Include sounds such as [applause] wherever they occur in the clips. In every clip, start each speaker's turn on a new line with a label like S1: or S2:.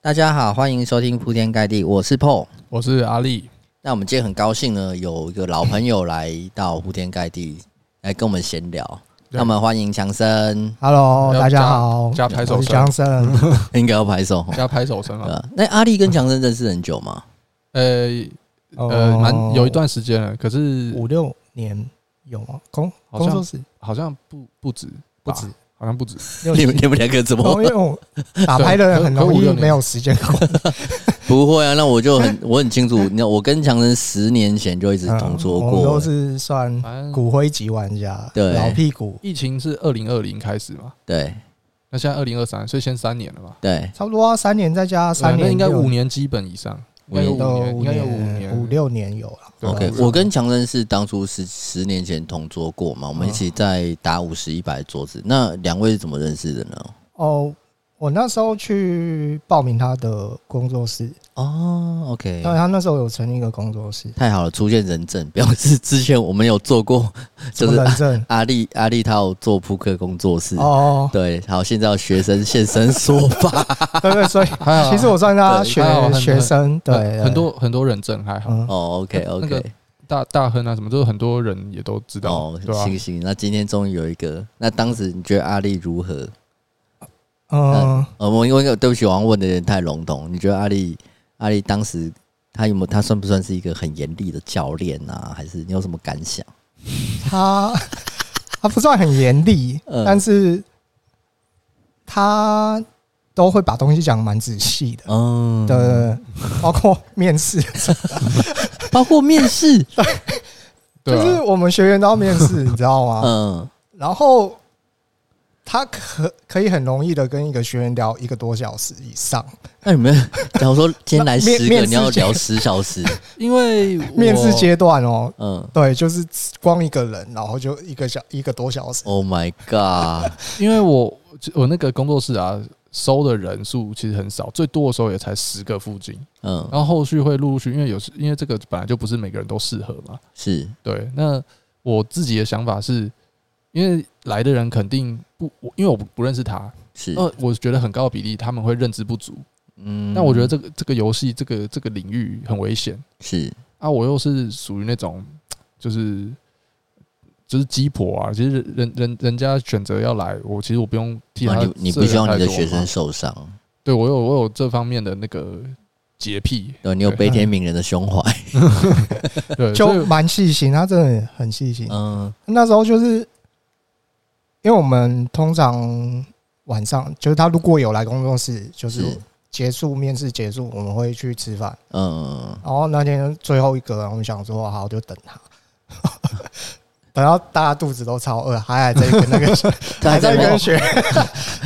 S1: 大家好，欢迎收听铺天盖地，我是 Paul。
S2: 我是阿力，
S1: 那我们今天很高兴呢，有一个老朋友来到铺天盖地来跟我们闲聊。
S2: 对
S1: 那我们欢迎强森，
S3: Hello，
S2: 要
S3: 大家
S2: 加
S3: 好，
S2: 加拍手
S3: 我是
S2: 声
S3: 江生，
S1: [laughs] 应该要拍手吼。
S2: 加拍手声
S1: 对
S3: [laughs]
S2: 啊。
S1: 啊，那阿力跟强森认识很久吗？
S2: 呃 [laughs]
S3: 哦
S2: 呃，蛮有一段时间了，可是
S3: 五六年有吗？工
S2: 好
S3: 工
S2: 像 [laughs]
S3: 作室
S2: 好像不不止
S3: 不
S2: 吧
S3: 止，
S2: 好像不止，
S1: [laughs]
S3: 六
S1: 你
S3: 七
S1: 们你们两个怎
S3: 哦
S1: 么？
S3: 因
S2: [laughs]
S3: 为我打牌的人很容
S2: 可可五
S3: 易
S2: 六年
S3: 没有时间管，
S1: [laughs]
S3: 啊
S1: 不会啊，那我就很我很清楚，你看我跟强森十年前就一直同桌
S3: 嗯我们
S1: 过
S3: 都
S1: 了，
S3: 是算
S2: 反正
S3: 骨灰级玩家，
S1: 对
S3: 老屁股，
S2: 疫情是二零二零开始嘛，
S1: 对
S2: 那现在二零二三，所以先三年了吧？
S1: 对，
S3: 差不多啊三年再加
S2: 对啊
S3: 三
S2: 那
S3: 年，
S2: 应该
S3: 六
S2: 五年基本以上，应该有
S3: 都
S2: 五年，应该有五年，
S3: 五六年有啊了。
S2: 对啊
S1: OK，
S2: 五六
S1: 啊我跟强森是当初十十年前同桌过嘛，我们一起在打五十一百桌子。那两位是怎么认识的呢？
S3: 哦，我那时候去报名他的工作室，
S1: 哦，OK，
S3: 但他那时候有成立一个工作室，
S1: 太好了，出现人证，表示之前我们有做过，
S3: 什
S1: 就
S3: 么
S1: 是 [laughs]
S3: 认证
S1: 阿力阿力他有做扑克工作室，
S3: 哦，
S1: 对，好，现在有学生现身说
S3: [laughs]
S1: 法，
S3: 对对，所以
S2: 还好啊
S3: 其实我算他
S1: 对
S3: 学
S2: 还好很
S3: 学生，对，
S2: 很
S3: 对
S2: 很多很多人证还好，
S3: 嗯，
S1: 哦，OK
S2: 那
S1: OK，
S2: 个大大亨啊什么，就是很多人也都知道
S1: 哦，，
S2: 对
S3: 啊
S2: 吧？
S1: 行行，那今天终于有一个，那当时你觉得阿力如何？
S3: 嗯，
S1: 呃，我因为对不起，我好像问的有点太笼统。你觉得阿力阿力当时他有没有他算不算是一个很严厉的教练啊？还是你有什么感想？
S3: 他 [laughs] 他不算很严厉，
S1: 嗯
S3: 但是他都会把东西讲得蛮仔细的。
S1: 嗯，
S3: 对，对对包括面试，
S1: 包括面
S3: [laughs]
S1: 试，
S2: [laughs] 对
S3: 就
S2: 啊
S3: 是我们学员都要面试，你知道吗？
S1: 嗯，
S3: 然后他可可以很容易的跟一个学员聊一个多小时以上。
S1: 那你们假如说今天来
S3: 面
S1: 十个，
S3: 面试
S1: 你要聊
S3: 前
S1: 十小时，
S2: 因为
S3: 面试
S2: 我
S3: 阶段哦，
S1: 嗯
S3: 对，就是光一个人，然后就一个小一个多小
S2: 哦
S3: 时。
S1: ，Oh my god，
S2: 因为我我那个工作室啊，收的人数其实很少，最多的时候也才十个附近。
S1: 嗯，
S2: 然后后续会陆陆续，因为有时因为这个本来就不是每个人都适合嘛。
S1: 是，
S2: 对，那我自己的想法是，因为来的人肯定不，我因为我不不认识他，
S1: 是，
S2: 那我觉得很高的比例他们会认知不足。
S1: 嗯，
S2: 那我觉得这个这个游戏这个这个领域很危险
S1: 是，
S2: 啊，我又是属于那种就是。就是鸡婆啊！其实人人人人家选择要来，我其实我不用替他
S1: 啊
S2: 设想太多
S1: 你
S2: 嘛。
S1: 你不希望你的学生受伤，
S2: 对我有我有这方面的那个洁癖，
S1: 对，你有悲天悯人的胸
S2: [laughs]
S1: 怀，
S2: 对，所
S3: 就
S2: 以
S3: 蛮细心，他真的很细心。
S1: 嗯
S3: 那时候就是因为我们通常晚上，就是他如果有来工作室，就是
S1: 是
S3: 结束面试结束，我们会去吃饭。
S1: 嗯，
S3: 然后那天最后一个，我们想说好就等他， [laughs] 等到大家肚子都超饿，还还在跟
S1: [laughs]
S3: 那个
S1: 他
S3: 还
S1: 还
S3: 在
S1: 在
S3: 跟
S1: 问
S3: 学，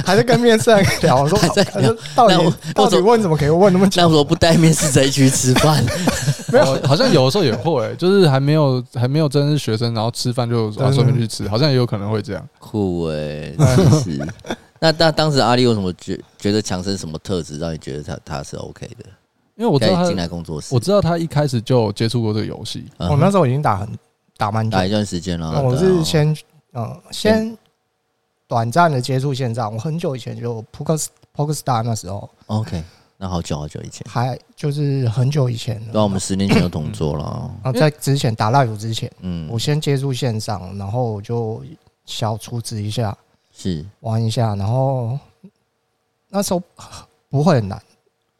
S3: 还在跟面试那个聊，我说
S1: 还在聊
S3: 哦到
S1: 那我
S3: 底到底问怎么可以问那么久？
S1: 那我不带面试谁去吃饭？ [laughs]
S2: 没有，好像有的时候也会，就是还没有还没有真是学生，然后吃饭就
S3: 真的
S2: 啊顺便去吃，好像也有可能会这样。
S1: 酷哎、欸，其实。那那当时阿丽有什么觉觉得强生什么特质让你觉得他他是 OK 的？
S2: 因为我知道
S1: 可以进
S2: 他，
S1: 来工作室，
S2: 我知道他一开始就有接触过这个游戏，
S1: 嗯
S3: 我那时候已经打很打蛮久
S1: 打一段时间了。
S3: 哦我
S1: 对啊
S3: 是先嗯先短暂的接触线上，我很久以前就 Poker Poker Star 那时候
S1: OK，那好久好久以前，
S3: 还就是很久以前
S1: 对啊，
S3: 了，
S1: 我们十年前就同桌了。啊
S3: 然后在之前打 live 之前，
S1: 嗯
S3: 我，先接触线上，然后我就小充值一下
S1: 是
S3: 玩一下，然后那时候不会很难，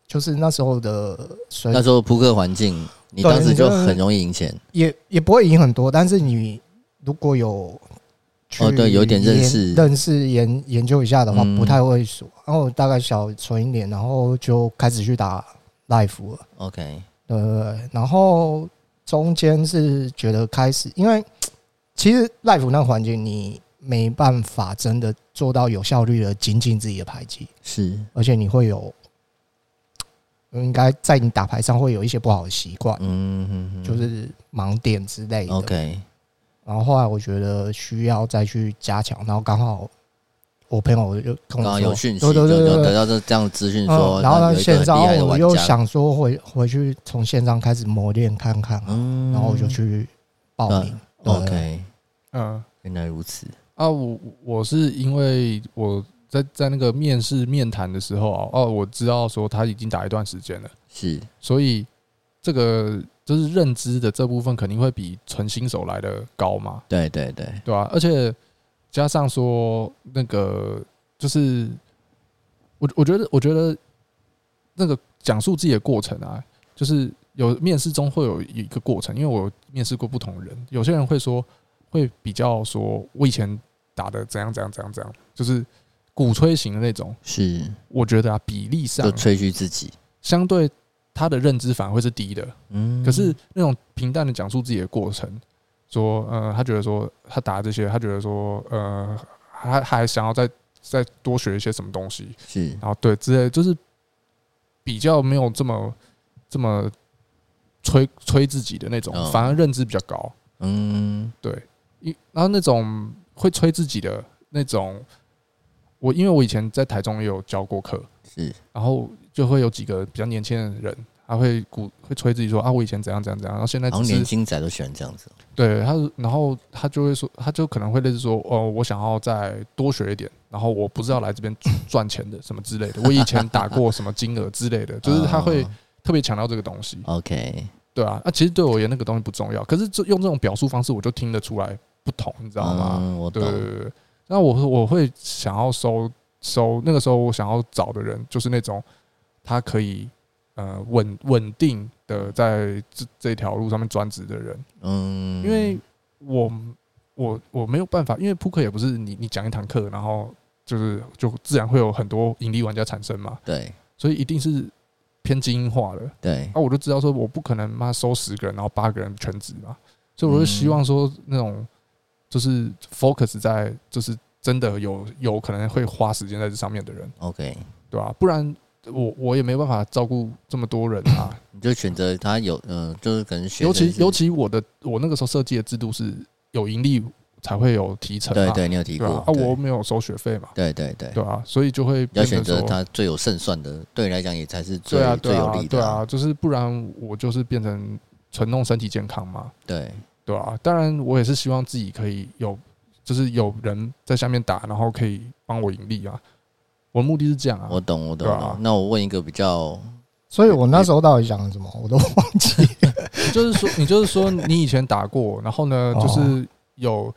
S3: 就是那时候的水
S1: 那时候扑克环境，你
S3: 对啊
S1: 当时
S3: 你
S1: 就
S3: 就
S1: 很容易赢钱。
S3: 也也不会赢很多，但是你如果有去
S1: 哦对有点认识
S3: 研认识研研究一下的话，
S1: 嗯
S3: 不太会输。然后我大概小存一点，然后就开始去打 life 了，
S1: OK，
S3: 对对对。然后中间是觉得开始，因为其实 life 那个环境你没办法真的做到有效率的精进自己的牌技，
S1: 是
S3: 而且你会有应该在你打牌上会有一些不好的习惯，
S1: 嗯哼哼
S3: 就是盲点之类的。
S1: OK，
S3: 然后后来我觉得需要再去加强，然后刚好我朋友就
S1: 刚
S3: 跟我
S1: 刚
S3: 说，
S1: 有讯息，
S3: 对
S1: 有
S3: 对对对
S1: 有
S3: 对
S1: 得到这这样的资讯说，
S3: 嗯，然后
S1: 他有
S3: 呢
S1: 一个
S3: 线
S1: 很
S3: 上哦
S1: 厉害的
S3: 我
S1: 玩
S3: 又
S1: 家，
S3: 想说回回去从线上开始磨练看看，啊
S1: 嗯
S3: 然后我就去报名。对
S1: OK，
S2: 嗯
S1: 原来如此，
S2: 啊，我我是因为我在在那个面试面谈的时候啊，哦，我知道说他已经打一段时间了，
S1: 是
S2: 所以这个就是认知的这部分肯定会比纯新手来的高嘛，
S1: 对对对，
S2: 对吧、啊而且加上说那个就是我我觉得我觉得那个讲述自己的过程啊，就是有面试中会有一个过程，因为我有面试过不同人，有些人会说会比较说我以前打的怎样怎样怎样怎样，就是鼓吹型的那种，
S1: 是
S2: 我觉得啊比例上
S1: 就吹嘘自己，
S2: 相对他的认知反而会是低的，
S1: 嗯，
S2: 可是那种平淡的讲述自己的过程，说呃，他觉得说他打这些，他觉得说呃，他他还想要再再多学一些什么东西，
S1: 是
S2: 然后对之类，就是比较没有这么这么吹吹自己的那种
S1: 嗯，
S2: 反而认知比较高。
S1: 嗯
S2: 一然后那种会吹自己的那种，我因为我以前在台中也有教过课，
S1: 是
S2: 然后就会有几个比较年轻的人。他会鼓会吹自己说啊，我以前怎样怎样怎样，然后现在
S1: 好
S2: 只
S1: 像
S2: 是
S1: 年轻仔都喜欢这样子，
S2: 对他，然后他就会说，他就可能会类似说，哦，我想要再多学一点，然后我不是要来这边赚钱的，什么之类的。我以前打过什么金额之类的，就是他会
S1: 嗯
S2: 特别强调这个东西，
S1: OK，
S2: 对啊。那、其实对我而言，那个东西不重要，可是就用这种表述方式，我就听得出来不同，你知道吗？
S1: 嗯，我
S2: 对对
S1: 懂，
S2: 对对。那我我会想要收收，那个时候我想要找的人就是那种他可以呃稳稳定的在这这条路上面专职的人。
S1: 嗯，
S2: 因为我我我没有办法，因为扑克也不是你你讲一堂课，然后就是就自然会有很多盈利玩家产生嘛，
S1: 对
S2: 所以一定是偏精英化的。
S1: 对
S2: 啊，我就知道说我不可能妈收十个人，然后八个人全职嘛，所以我就希望说那种就是 focus 在就是真的有有可能会花时间在这上面的人，
S1: ，OK，
S2: 对吧、不然我我也没办法照顾这么多人啊，
S1: 你就选择他有，嗯、就是可能学
S2: 尤
S1: 生
S2: 其
S1: 是
S2: 尤其我的我那个时候设计的制度是有盈利才会有提成
S1: 对
S2: 嘛，
S1: 对，你有提
S2: 对
S1: 过
S2: 啊，啊
S1: 对
S2: 我没有收学费嘛，
S1: 对对对，
S2: 对啊，所以就会
S1: 要
S2: 变
S1: 选
S2: 成
S1: 择
S2: 说
S1: 他最有胜算的，对你来讲也才是最、
S2: 对啊
S1: 最
S2: 对
S1: 有
S2: 啊
S1: 利
S2: 对
S1: 的、
S2: 啊，就是不然我就是变成纯弄身体健康嘛，
S1: 对
S2: 对啊，当然我也是希望自己可以有就是有人在下面打，然后可以帮我盈利啊，我的目的是这样啊，
S1: 我懂我懂、
S2: 对
S1: 我
S2: 啊
S1: 懂那我问一个比较，
S3: 所以我那时候到底讲了什么，我都 [laughs] 忘记。
S2: 就是说，你就是说，你以前打过，然后呢，
S3: 哦
S2: 就是有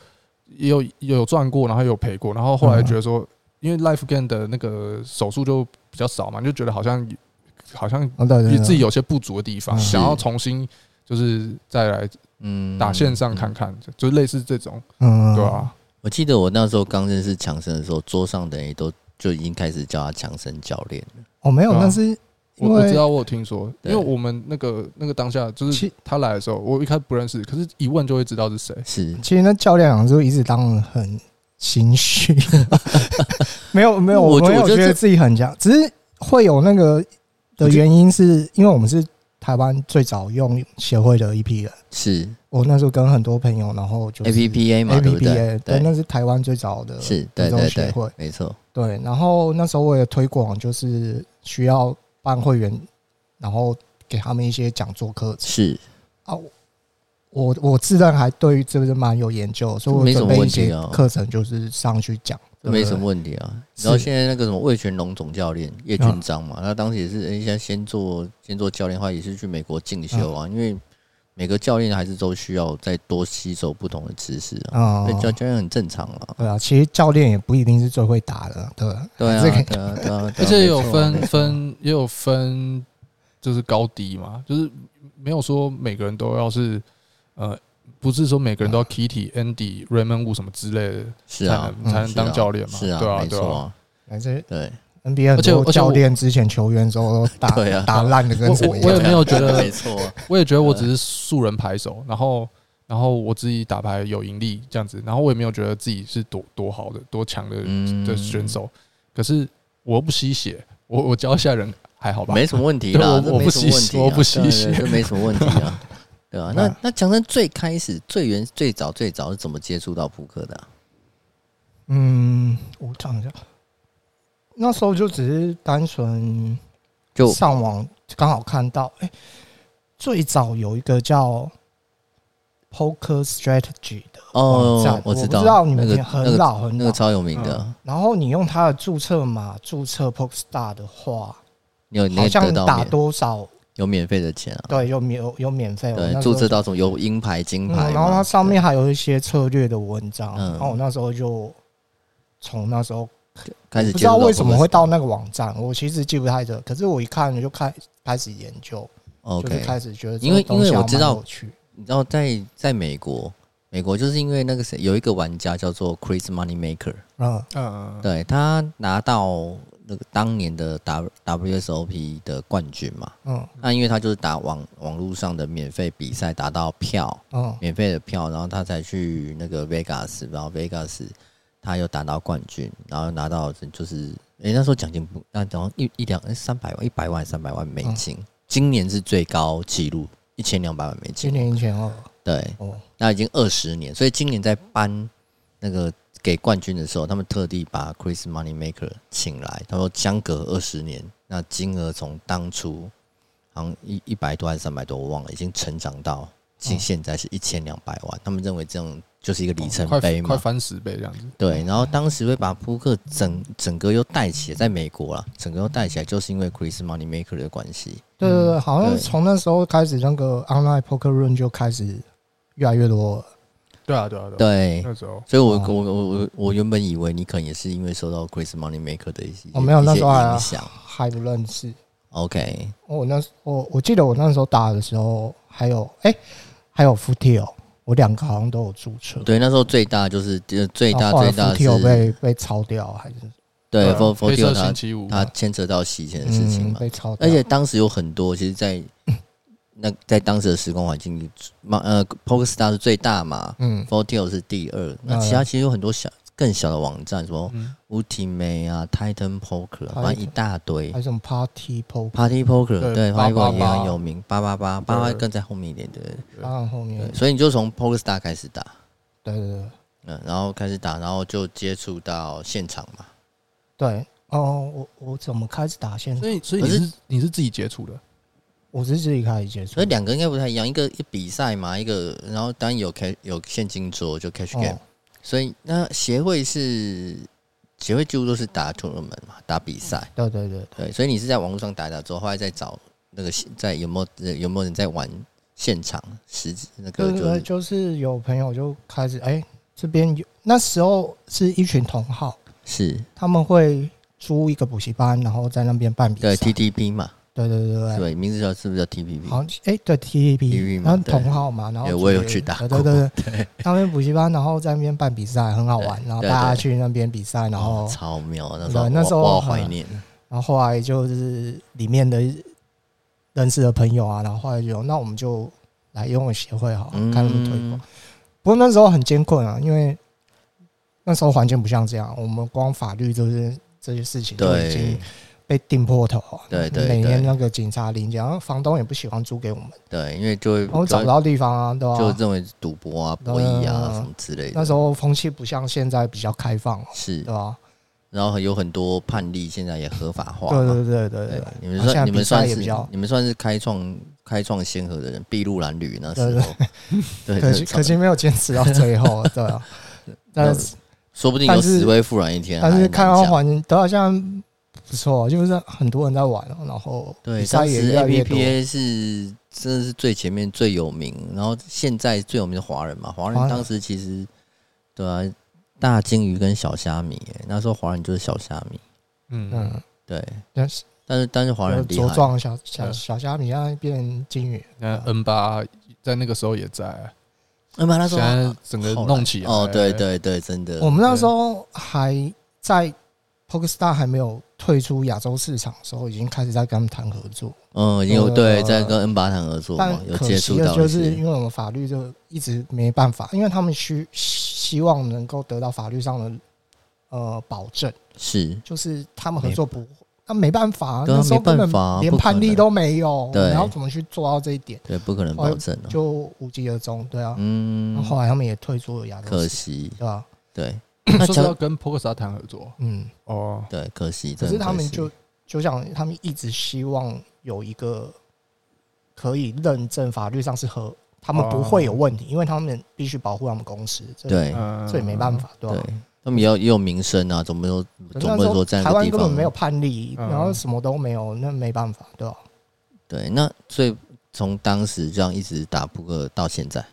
S2: 也有也有赚过，然后也有赔过，然后后
S3: 嗯
S2: 来觉得说，因为 life game 的那个手术就比较少嘛，你就觉得好像好像
S3: 哦，对对对，
S2: 自己有些不足的地方，
S3: 嗯
S2: 想要重新就是再来
S1: 嗯，
S2: 打线上看看，就类似这种，
S3: 嗯，
S2: 对吧、啊？
S1: 我记得我那时候刚认识强森的时候，桌上的人也都就已经开始叫他强森教练了。
S3: 哦，没有，
S2: 对啊
S3: 那是因
S2: 我我知
S3: 为
S2: 道，我有听说，因
S1: 对
S2: 为我们那个那个当下，就是
S3: 其
S2: 他来的时候，我一开始不认识，可是一问就会知道是谁。
S1: 是
S3: 其实那教练好像就一直当得很心虚， [laughs] 没有没有，
S1: 我
S3: 我
S1: 觉
S3: 没有
S1: 我觉
S3: 觉
S1: 得
S3: 得
S1: 这
S3: 自己很强，只是会有那个的
S1: 我觉
S3: 原因是因为我们是台湾最早用协会的一批人。
S1: 是
S3: 我那时候跟很多朋友，然后就是
S1: A P P A 嘛
S3: A
S1: 对
S3: P
S1: 不
S3: P A，
S1: 对？
S3: 对，那是台湾最早的
S1: 是，
S3: 那
S1: 对
S3: 种
S1: 对
S3: 协
S1: 对
S3: 会，
S1: 没错，
S3: 对，然后那时候我也推广，就是需要办会员，然后给他们一些讲座课程
S1: 是
S3: 啊。我我我自认还对于这个蛮有研究，所以我
S1: 没什么
S3: 准备一
S1: 问题
S3: 些
S1: 啊
S3: 课程就是上去讲，
S1: 这没什么
S3: 题。
S1: 问题啊。
S3: 是
S1: 然后现在那个什么魏全龙总教练叶
S2: 啊
S1: 军章嘛，他当时也是，人家先做先做教练的话，也是去美国进修啊，因为每个教练还是都需要再多吸收不同的知识啊。
S3: 啊
S2: 哦
S1: 对，教教练很正常啊。
S3: 对啊，其实教练也不一定是最会打的，对吧
S1: 对啊，
S3: 这
S1: 对
S3: 个
S1: 啊，对啊对
S2: [laughs]
S1: 啊，
S2: 而且有
S1: 没错啊
S2: 分
S1: 没错啊
S2: 分，也有分，就是高低嘛，就是没有说每个人都要是，呃，不是说每个人都要 Kitty、Andy、Raymond Wu 什么之类的
S1: 嗯是
S2: 才
S1: 啊，
S2: 能才能
S1: 是
S2: 当
S1: 啊
S2: 教练嘛，
S1: 是
S2: 对
S1: 啊，
S2: 啊，
S1: 没
S2: 对
S1: 错
S2: 啊。
S1: 啊，
S3: 反正
S1: 对
S3: NBA
S2: 而且
S3: 很
S2: 而
S3: 多
S2: 且我
S3: 教练之前球员的时候都打
S1: [laughs] 对啊
S3: 打烂的跟
S2: 我
S3: 什么
S2: 我
S3: 一
S2: 我也
S3: 样。
S2: 没有觉得
S1: [laughs] 没错啊，
S2: 我也觉得我只是素人牌手，然后然后我自己打牌有盈利这样子，然后我也没有觉得自己是多多好的多强的
S1: 嗯
S2: 的选手，可是我又不吸血，我我教下人还好吧？
S1: 没什么问题啦，
S2: 对
S1: 这
S2: 我我不
S1: 没什么
S2: 吸
S1: 问题啊，
S2: 我不吸
S1: 对
S2: 血
S1: 对这没什么问题
S3: [laughs]
S1: 啊，对啊，
S3: 嗯
S1: 那那强森最开始最原最早最早是怎么接触到扑克的啊？
S3: 嗯，我讲一下，那时候就只是单纯
S1: 就
S3: 上网刚好看到，哎、最早有一个叫 Poker Strategy 的网站
S1: 哦，，
S3: 我
S1: 知
S3: 不
S1: 道，
S3: 知道你们
S1: 那个
S3: 以前很老嗯很
S1: 那个。
S3: 老
S1: 超有名的啊，
S3: 然后你用它的注册码注册 Pokstar 的话，
S1: 你有你
S3: 好
S1: 也得
S3: 像
S1: 到
S3: 打
S1: 免
S3: 多少
S1: 有免费的钱啊，
S3: 对，有免有有免费，我哦那时
S1: 对，
S3: 候
S1: 注册到什么有银牌、金
S3: 嗯
S1: 牌嘛，
S3: 然后它上面还有一些策略的文章，
S1: 嗯
S3: 然后我那时候就从那时候
S1: 对开始
S3: 不
S1: 接触
S3: 知道为什么会到
S1: Pokemon
S3: 那个网站，我其实记不太得，可是我一看我就开开始研究，就是
S1: OK，
S3: 开始觉得
S1: 因为
S3: 这个东西
S1: 因为我
S3: 好像
S1: 知道
S3: 蛮有趣，
S1: 你知道在在美国，美国就是因为那个谁有一个玩家叫做 Chris Moneymaker，
S3: 嗯
S2: 嗯，
S1: 对他拿到那个当年的 W WSOP 的冠军嘛，
S3: 嗯
S1: 那因为他就是打网网络上的免费比赛打到票，
S3: 嗯
S1: 免费的票，然后他才去那个 Vegas，然后 Vegas 他又打到冠军，然后拿到就是，诶、那时候奖金不，那然后一一两三百万，一百万三百万美金，今年是最高纪录一千两百万美
S3: 七
S1: 金，
S3: 年前
S1: 嗯
S3: 哦，
S1: 对，
S3: 哦
S1: 那已经二十年，所以今年在颁那个给冠军的时候，他们特地把 Chris Moneymaker 请来，他说相隔二十年，那金额从当初好像一一百多还是三百多，我忘了，已经成长到现
S3: 嗯
S1: 现在是一千两百万。他们认为这样就是一个里程
S2: 哦快
S1: 碑
S2: 快
S1: 嘛，
S2: 翻十倍这样子，
S1: 对。然后当时会把扑克整整个又带起来，在美国啦，整个又带起来，就是因为 Chris Moneymaker 的关系。
S3: 对对对，好像
S1: 对
S3: 从那时候开始，那个 online poker room 就开始越来越多，
S2: 对啊，对啊，啊，
S1: 对，
S2: 那时候
S1: 所以我、
S3: 哦
S1: 我我我我原本以为你可能也是因为受到 Chris Moneymaker 的一些
S3: 哦我没有
S1: 一
S3: 那
S1: 些
S3: 时候还啊
S1: 影响。
S3: 还不认识。
S1: OK，
S3: 我哦那时我我记得我那时候打的时候，还有哎、还有 f u t i o 我两个好像都有注册。
S1: 对，那时候最大就是呃最
S3: 然
S1: 大
S3: 哦后后来
S1: 最大
S3: f u t i o
S1: 是，
S3: 被被抄掉还是嗯
S1: 对
S2: 啊
S1: f o f o
S2: 黑
S1: t
S2: 色
S1: o
S2: 星
S1: 他
S2: 期五嘛，
S1: 他牵扯到洗钱的事情
S3: 嗯
S1: 嘛，
S3: 被抄掉，
S1: 而且当时有很多，其实
S3: [laughs]
S1: 在，那在当时的时空环境里，嘛呃 Pokerstar 是最大嘛
S3: 嗯
S1: f o t o 是第二，那
S3: 嗯
S1: 其他其实有很多小更小的网站，什么
S2: 嗯
S1: Ultimate 啊、Titan Poker，啊反正一大堆
S3: 还有什么 Party Poker，
S1: ，Party Poker
S2: 对
S1: 对 Party
S2: 888
S1: Poker 也很有名，八八八八八
S2: 对
S1: 更在后面一点，对对
S2: 对
S3: 然后后面
S1: 对，所以你就从 Pokerstar 开始打，
S3: 对对对
S1: 嗯，然后开始打，然后就接触到现场嘛。
S3: 对哦，我我怎么开始打线？
S2: 所以所以
S1: 可
S2: 你
S1: 是
S2: 是你是自己接触的，
S3: 我是自己开始接触
S1: 所以，两个应该不太一样，一个一比赛嘛，一个然后当然有 cash 有现金桌就 cash game，、
S3: 哦
S1: 所以那协会是协会几乎都是打 tournament 嘛，打比赛，
S3: 对对对，
S1: 对，所以你是在网络上打一打之后，后来再找那个现在有没有有没有人在玩现场实际那个
S3: 对
S1: 就
S3: 对对，
S1: 是
S3: 就是有朋友就开始哎、这边有那时候是一群同好，
S1: 是
S3: 他们会租一个补习班，然后在那边办比赛。
S1: 对 TTP 嘛，
S3: 对对对对，
S1: 对，名字叫是不是叫
S3: 好
S1: TPP？
S3: 像哎、对 T P P，
S1: TPP 嗯嘛
S3: 然后
S1: 对
S3: 同号嘛，然后
S1: 对
S3: 就
S1: 我有
S3: 是
S1: 去打
S3: 对
S1: 过
S3: 对对
S1: [laughs]
S3: 对，他们补习班，然后在那边办比赛，很好玩，然后
S1: 对
S3: 大
S1: 对
S3: 家去那边比赛，然后
S1: 哦超妙，那时
S3: 对
S1: 候
S3: 那时候
S1: 我我好
S3: 很
S1: 怀念，
S3: 然后后来就是里面的认识的朋友啊，然后后来就那我们就来游泳协会好了，看他们推广。
S1: 嗯
S3: 不过那时候很艰困啊，因为那时候环境不像这样，我们光法律就是这些事情就已经
S1: 嗯对
S3: 被定破头啊。
S1: 对对
S3: 每
S1: 对
S3: 天那个警察临检，然后房东也不喜欢租给我们，
S1: 对，因为就会
S3: 然后找不到地哦方啊，对吧、
S1: 就认为赌博啊、博弈啊什么之类的。
S3: 那时候风气不像现在比较开放，
S1: 是
S3: 对，吧？
S1: 然后有很多判例现在也合法化
S3: 对
S1: 嘛。
S3: 对对对对
S1: 对，
S3: 啊
S1: 你们
S3: 然后现在
S1: 算你们
S3: 比赛
S1: 算
S3: 也
S1: 是
S3: 比较
S1: 你们算是开创开创先河的人，筚路蓝缕那时候。对，
S3: 可惜
S1: 真的超
S3: 可惜没有坚持到
S1: [laughs]
S3: 最后，对啊。但是
S1: 说不定
S3: 但
S1: 有
S3: 是
S1: 死灰复燃一天。
S3: 但
S1: 还
S3: 是
S1: 很
S3: 看
S1: 难
S3: 到
S1: 讲
S3: 环境都啊好像不错，就是很多人在玩，哦然后比
S1: 对，
S3: 赛
S1: 当
S3: 也
S1: 时
S3: 越来越多。
S1: APPA 是真的是最前面最有名，然后现在最有名的华人嘛，华人
S3: 华人
S1: 当时其实对啊，大金鱼跟小虾米，那时候华人就是小虾米，
S2: 嗯，
S3: 嗯，
S1: 对，
S3: 但是
S1: 但是但是华人厉
S3: 茁
S1: 害，
S3: 壮小小
S2: 嗯
S3: 小虾米现在变金鱼，
S2: 那 N 八在那个时候也在，啊
S1: 嗯，那时
S2: 现
S1: 候
S2: 在整个
S1: 后来
S2: 弄起来，哎
S1: 哦，对对对，真的，
S3: 我们那时候还在 Pokestar 还没有退出亚洲市场的时候，已经开始在跟他们谈合作，
S1: 嗯，因为
S3: 呃
S1: 对在跟恩巴坦合作
S3: 但
S1: 嘛，有
S3: 可
S1: 接
S3: 惜
S1: 触
S3: 的
S1: 到
S3: 就
S1: 一
S3: 是
S1: 些
S3: 因为我们法律就一直没办法，因为他们需希望能够得到法律上的呃保证，
S1: 是，
S3: 就是他们合作不。那没办法啊，
S1: 对啊
S3: 那时候
S1: 没办
S3: 根本
S1: 法啊
S3: 连
S1: 不可
S3: 判例
S1: 能
S3: 都没有，
S1: 对
S3: 然后怎么去做到这一点？
S1: 对，不可能保证哦，
S3: 就无疾而终，对啊。然后
S1: 嗯，
S3: 后来他们也退出了亚洲
S1: 可
S3: 市场，
S1: 惜，
S3: 对吧？
S1: 对
S2: 那
S1: 那
S2: 时
S1: 讲
S2: 候要跟 Pokestar 谈合作
S3: 嗯，
S2: 哦，
S1: 对，可惜，
S3: 可
S1: 真
S3: 是
S1: 的
S3: 他们
S1: 惜
S3: 就就像他们一直希望有一个可以认证法律上是合他们不会有问题，因为他们必须保护他们公司，这
S1: 对
S2: 呃
S3: 这也没办法，嗯对吧、
S1: 对，他们也要也有名声啊，总不能
S3: 可是
S1: 总
S3: 那
S1: 不能
S3: 时候
S1: 说在那
S3: 台
S1: 个
S3: 湾
S1: 地
S3: 根本
S1: 方
S3: 没有判例，
S2: 嗯
S3: 然后什么都没有，那没办法，对吧、
S1: 对。那所以从当时这样一直打扑克到现在，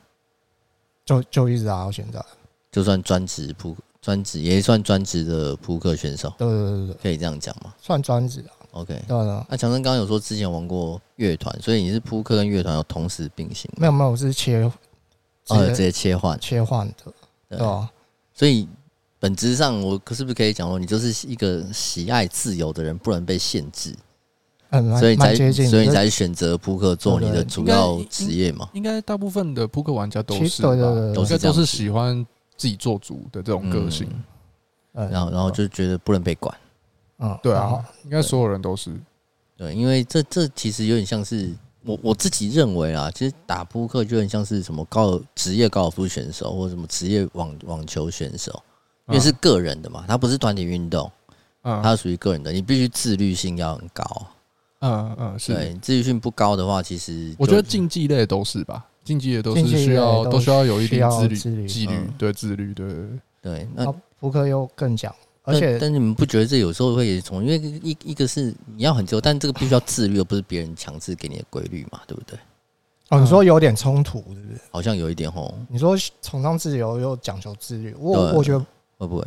S3: 就就一直打到现在，
S1: 就算专职扑克专职也算专职的扑克选手，
S3: 对对对对，
S1: 可以这样讲吗
S3: 算专职啊，
S1: ？OK。
S3: 对对对
S1: 那强生刚刚有说之前玩过乐团，所以你是扑克跟乐团有同时并行吗，
S3: 没有没有，我是切
S1: 呃，直
S3: 直接
S1: 接切换，
S3: 切换的，
S1: 对
S3: 对啊吧？
S1: 所以本质上，我可是不是可以讲说，你就是一个喜爱自由的人，不能被限制，
S3: 嗯，蛮
S1: 所以你
S3: 蛮
S1: 才
S3: 接近，
S1: 所以你
S3: 就是
S1: 才选择扑克做你的主要职业嘛。
S2: 应该大部分的扑克玩家都
S3: 其
S2: 是
S3: 实
S2: 吧，
S3: 对对对对
S1: 都
S2: 应
S1: 是
S2: 该
S1: 这样
S2: 都
S1: 子
S2: 是喜欢自己做主的这种个性，
S1: 嗯
S3: 嗯
S1: 然后，然后就觉得不能被管，
S3: 嗯，
S2: 对
S3: 然后
S2: 啊，应该所有人都是，
S1: 对，因为这这其实有点像是我我自己认为啊，其实打扑克就很像是什么高尔职业高尔夫选手或什么职业网网球选手，因为是个人的嘛，它不是团体运动，
S2: 嗯
S1: 它属于个人的，你必须自律性要很高。
S2: 嗯嗯是，
S1: 对，自律性不高的话，其实
S2: 我觉得
S1: 就
S2: 竞技类都是吧，竞技类都
S3: 竞技
S2: 是
S3: 类
S2: 需要
S3: 都
S2: 都需要有一
S3: 需
S2: 定
S3: 要
S2: 自律、
S3: 自律
S2: 纪律
S1: 嗯，
S2: 对自律，对对对
S1: 对那
S2: 哦
S3: 然。后扑克又更讲，而且
S1: 但但你们不觉得这有时候会从，因为一一个是你要很自由，但这个必须要自律，而不是别人强制给你的规律嘛，对不对？
S3: 哦，你说有点冲突，是不是？
S1: 好像有一点吼，
S3: 你说崇尚自由又讲求自律，我
S1: 对
S3: 我觉得
S1: 会不会？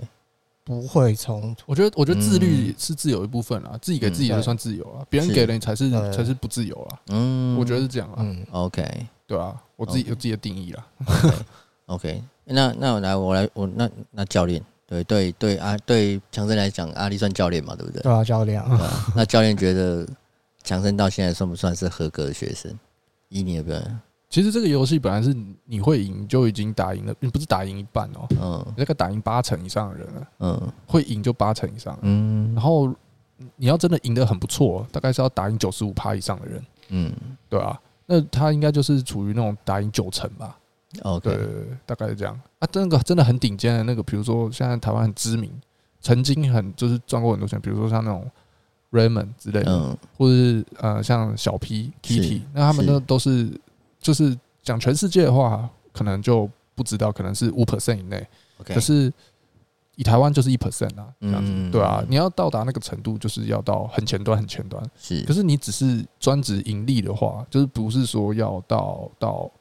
S3: 不会冲突，
S2: 我觉得我觉得自律是自由一部分啦，啊自己给自己就算自由了，别人
S1: 是
S2: 给了你才是
S3: 对
S2: 才是不自由啦。
S1: 嗯，
S2: 我觉得是这样啦，
S3: 嗯，
S1: OK
S2: 对啊，我自己有自己的定义啦。
S1: OK。那那我来我来我那那教练，对对对啊，对强森来讲，阿力算教练嘛，对
S2: [laughs]
S1: 不对？
S3: 对啊，教练啊， [laughs]
S1: 对啊那教练觉得强森到现在算不算是合格的学生？以你的标准，
S2: 其实这个游戏本来是你会赢就已经打赢了，你不是打赢一半哦、
S1: 嗯
S2: 你大概打赢八成以上的人了，
S1: 嗯
S2: 会赢就八成以上了。然
S1: 嗯
S2: 后你要真的赢得很不错，哦大概是要打赢九十五趴以上的人，
S1: 嗯
S2: 对啊，那他应该就是处于那种打赢九成吧，对
S1: ，OK，
S2: 大概是这样。啊，那个真的很顶尖的那个，比如说现在台湾很知名，曾经很就是赚过很多钱，比如说像那种 Raymond 之类的，
S1: 嗯
S2: 或者是呃像小 P、Kitty，那他们
S1: 是
S2: 呢都是就是讲全世界的话，可能就不知道，可能是五 percent 以内，
S1: ，OK，
S2: 可是以台湾就是一 percent 啊，这样子，
S1: 嗯
S2: 对啊，你要到达那个程度，就是要到很前端、很前端。
S1: 是
S2: 可是你只是专职盈利的话，就是不是说要到到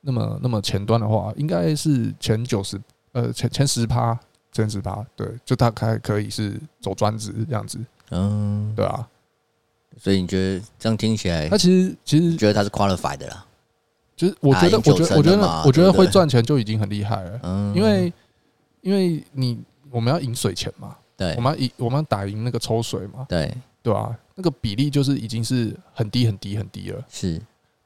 S2: 那么那么前端的话，应该是前九十呃前前十趴。前十趴，对，就大概可以是走专职这样子，
S1: 嗯，
S2: 对啊。
S1: 所以你觉得这样听起来
S2: 那，其实其实
S1: 你觉得他是 qualified 的啦？
S2: 就是我觉得，
S1: 打赢
S2: 我觉
S1: 九成
S2: 得，我觉
S1: 了嘛
S2: 得，我觉得
S1: 对不对
S2: 会赚钱就已经很厉害了，
S1: 嗯，
S2: 因为因为你我们要赢水钱嘛，
S1: 对
S2: 我们要赢，我们要打赢那个抽水嘛，
S1: 对
S2: 对吧、啊？那个比例就是已经是很低很低很低了，
S1: 是